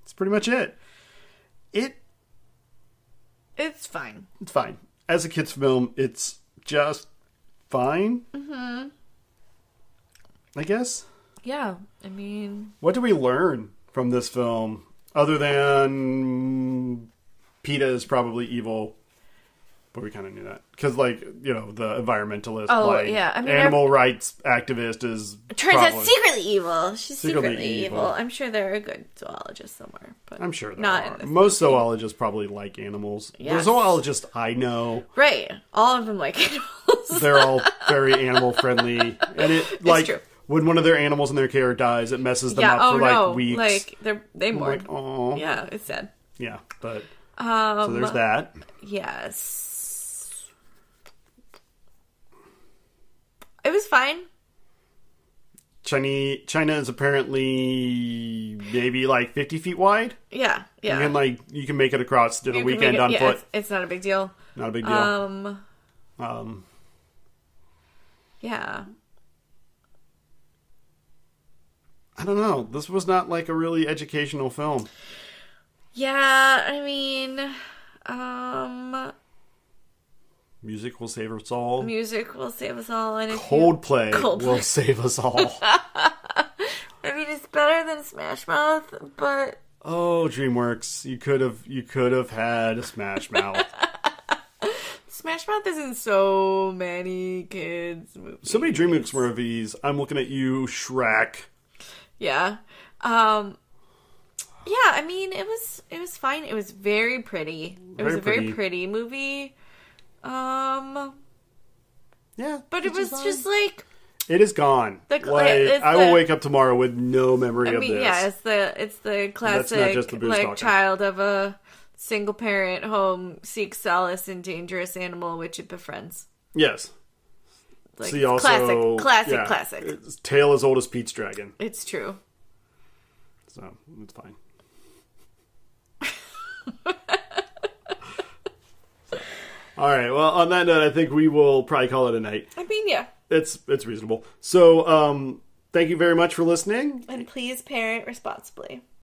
A: that's pretty much it. It
B: It's fine.
A: it's fine as a kids' film. It's just fine. Mm-hmm. I guess.
B: Yeah. I mean
A: What do we learn from this film other than PETA is probably evil? But we kind of knew that because, like, you know, the environmentalist,
B: Oh,
A: like,
B: yeah. I mean,
A: animal rights activist is
B: turns
A: probably-
B: out secretly evil. She's
A: Secretly
B: secretly,
A: evil.
B: evil. I'm sure there are good zoologists somewhere, but
A: I'm sure there
B: not
A: are.
B: in this
A: most zoologists probably like animals. The
B: Yes.
A: zoologists I know,
B: Right. All of them like *laughs* animals.
A: they're all very animal friendly, and it like
B: true.
A: when one of their animals in their care dies, it messes them
B: yeah,
A: up
B: oh
A: for like
B: no.
A: weeks.
B: Like they're they mourn.
A: like, oh, yeah.
B: yeah, Um, uh, it's sad.
A: But so there's that.
B: Yes. It was fine.
A: China, China is apparently maybe like 50 feet wide.
B: Yeah, yeah.
A: You can like you can make it across to
B: You
A: the
B: can
A: weekend
B: make it-
A: on
B: yeah,
A: foot.
B: It's, it's not a big deal.
A: Not a big deal.
B: Um,
A: Um,
B: yeah.
A: I don't know. This was not like a really educational film.
B: Yeah, I mean, um,
A: Music will save us all.
B: music will save us all. And if you-
A: Coldplay,
B: Coldplay.
A: will save us all.
B: *laughs* I mean, it's better than Smash Mouth, but
A: oh, DreamWorks, you could have you could have had a Smash Mouth.
B: Smash Mouth is in so many kids' movies.
A: so many DreamWorks movies. I'm looking at you, Shrek.
B: Yeah. Um Yeah, I mean it was it was fine. It was very pretty. It was
A: Very
B: a
A: pretty.
B: very pretty movie. Um
A: Yeah,
B: but it
A: which
B: was
A: is fine.
B: just like
A: it is gone.
B: The
A: Like,
B: cl- it's
A: I will
B: the-
A: wake up tomorrow with no memory
B: I
A: of
B: mean,
A: this.
B: yeah, it's the it's the
A: just
B: classic
A: the Boondocking.
B: like child of a single parent home seeks solace in dangerous animal which it befriends.
A: Yes.
B: Like
A: See
B: it's
A: also
B: classic, classic,
A: yeah,
B: classic.
A: It's tail as old as Pete's dragon,
B: It's true.
A: so it's
B: *laughs*
A: fine. All right. Well, on that note, I think we will probably call it a night.
B: I mean, yeah.
A: It's it's reasonable. So, um, thank you very much for listening.
B: And please parent responsibly.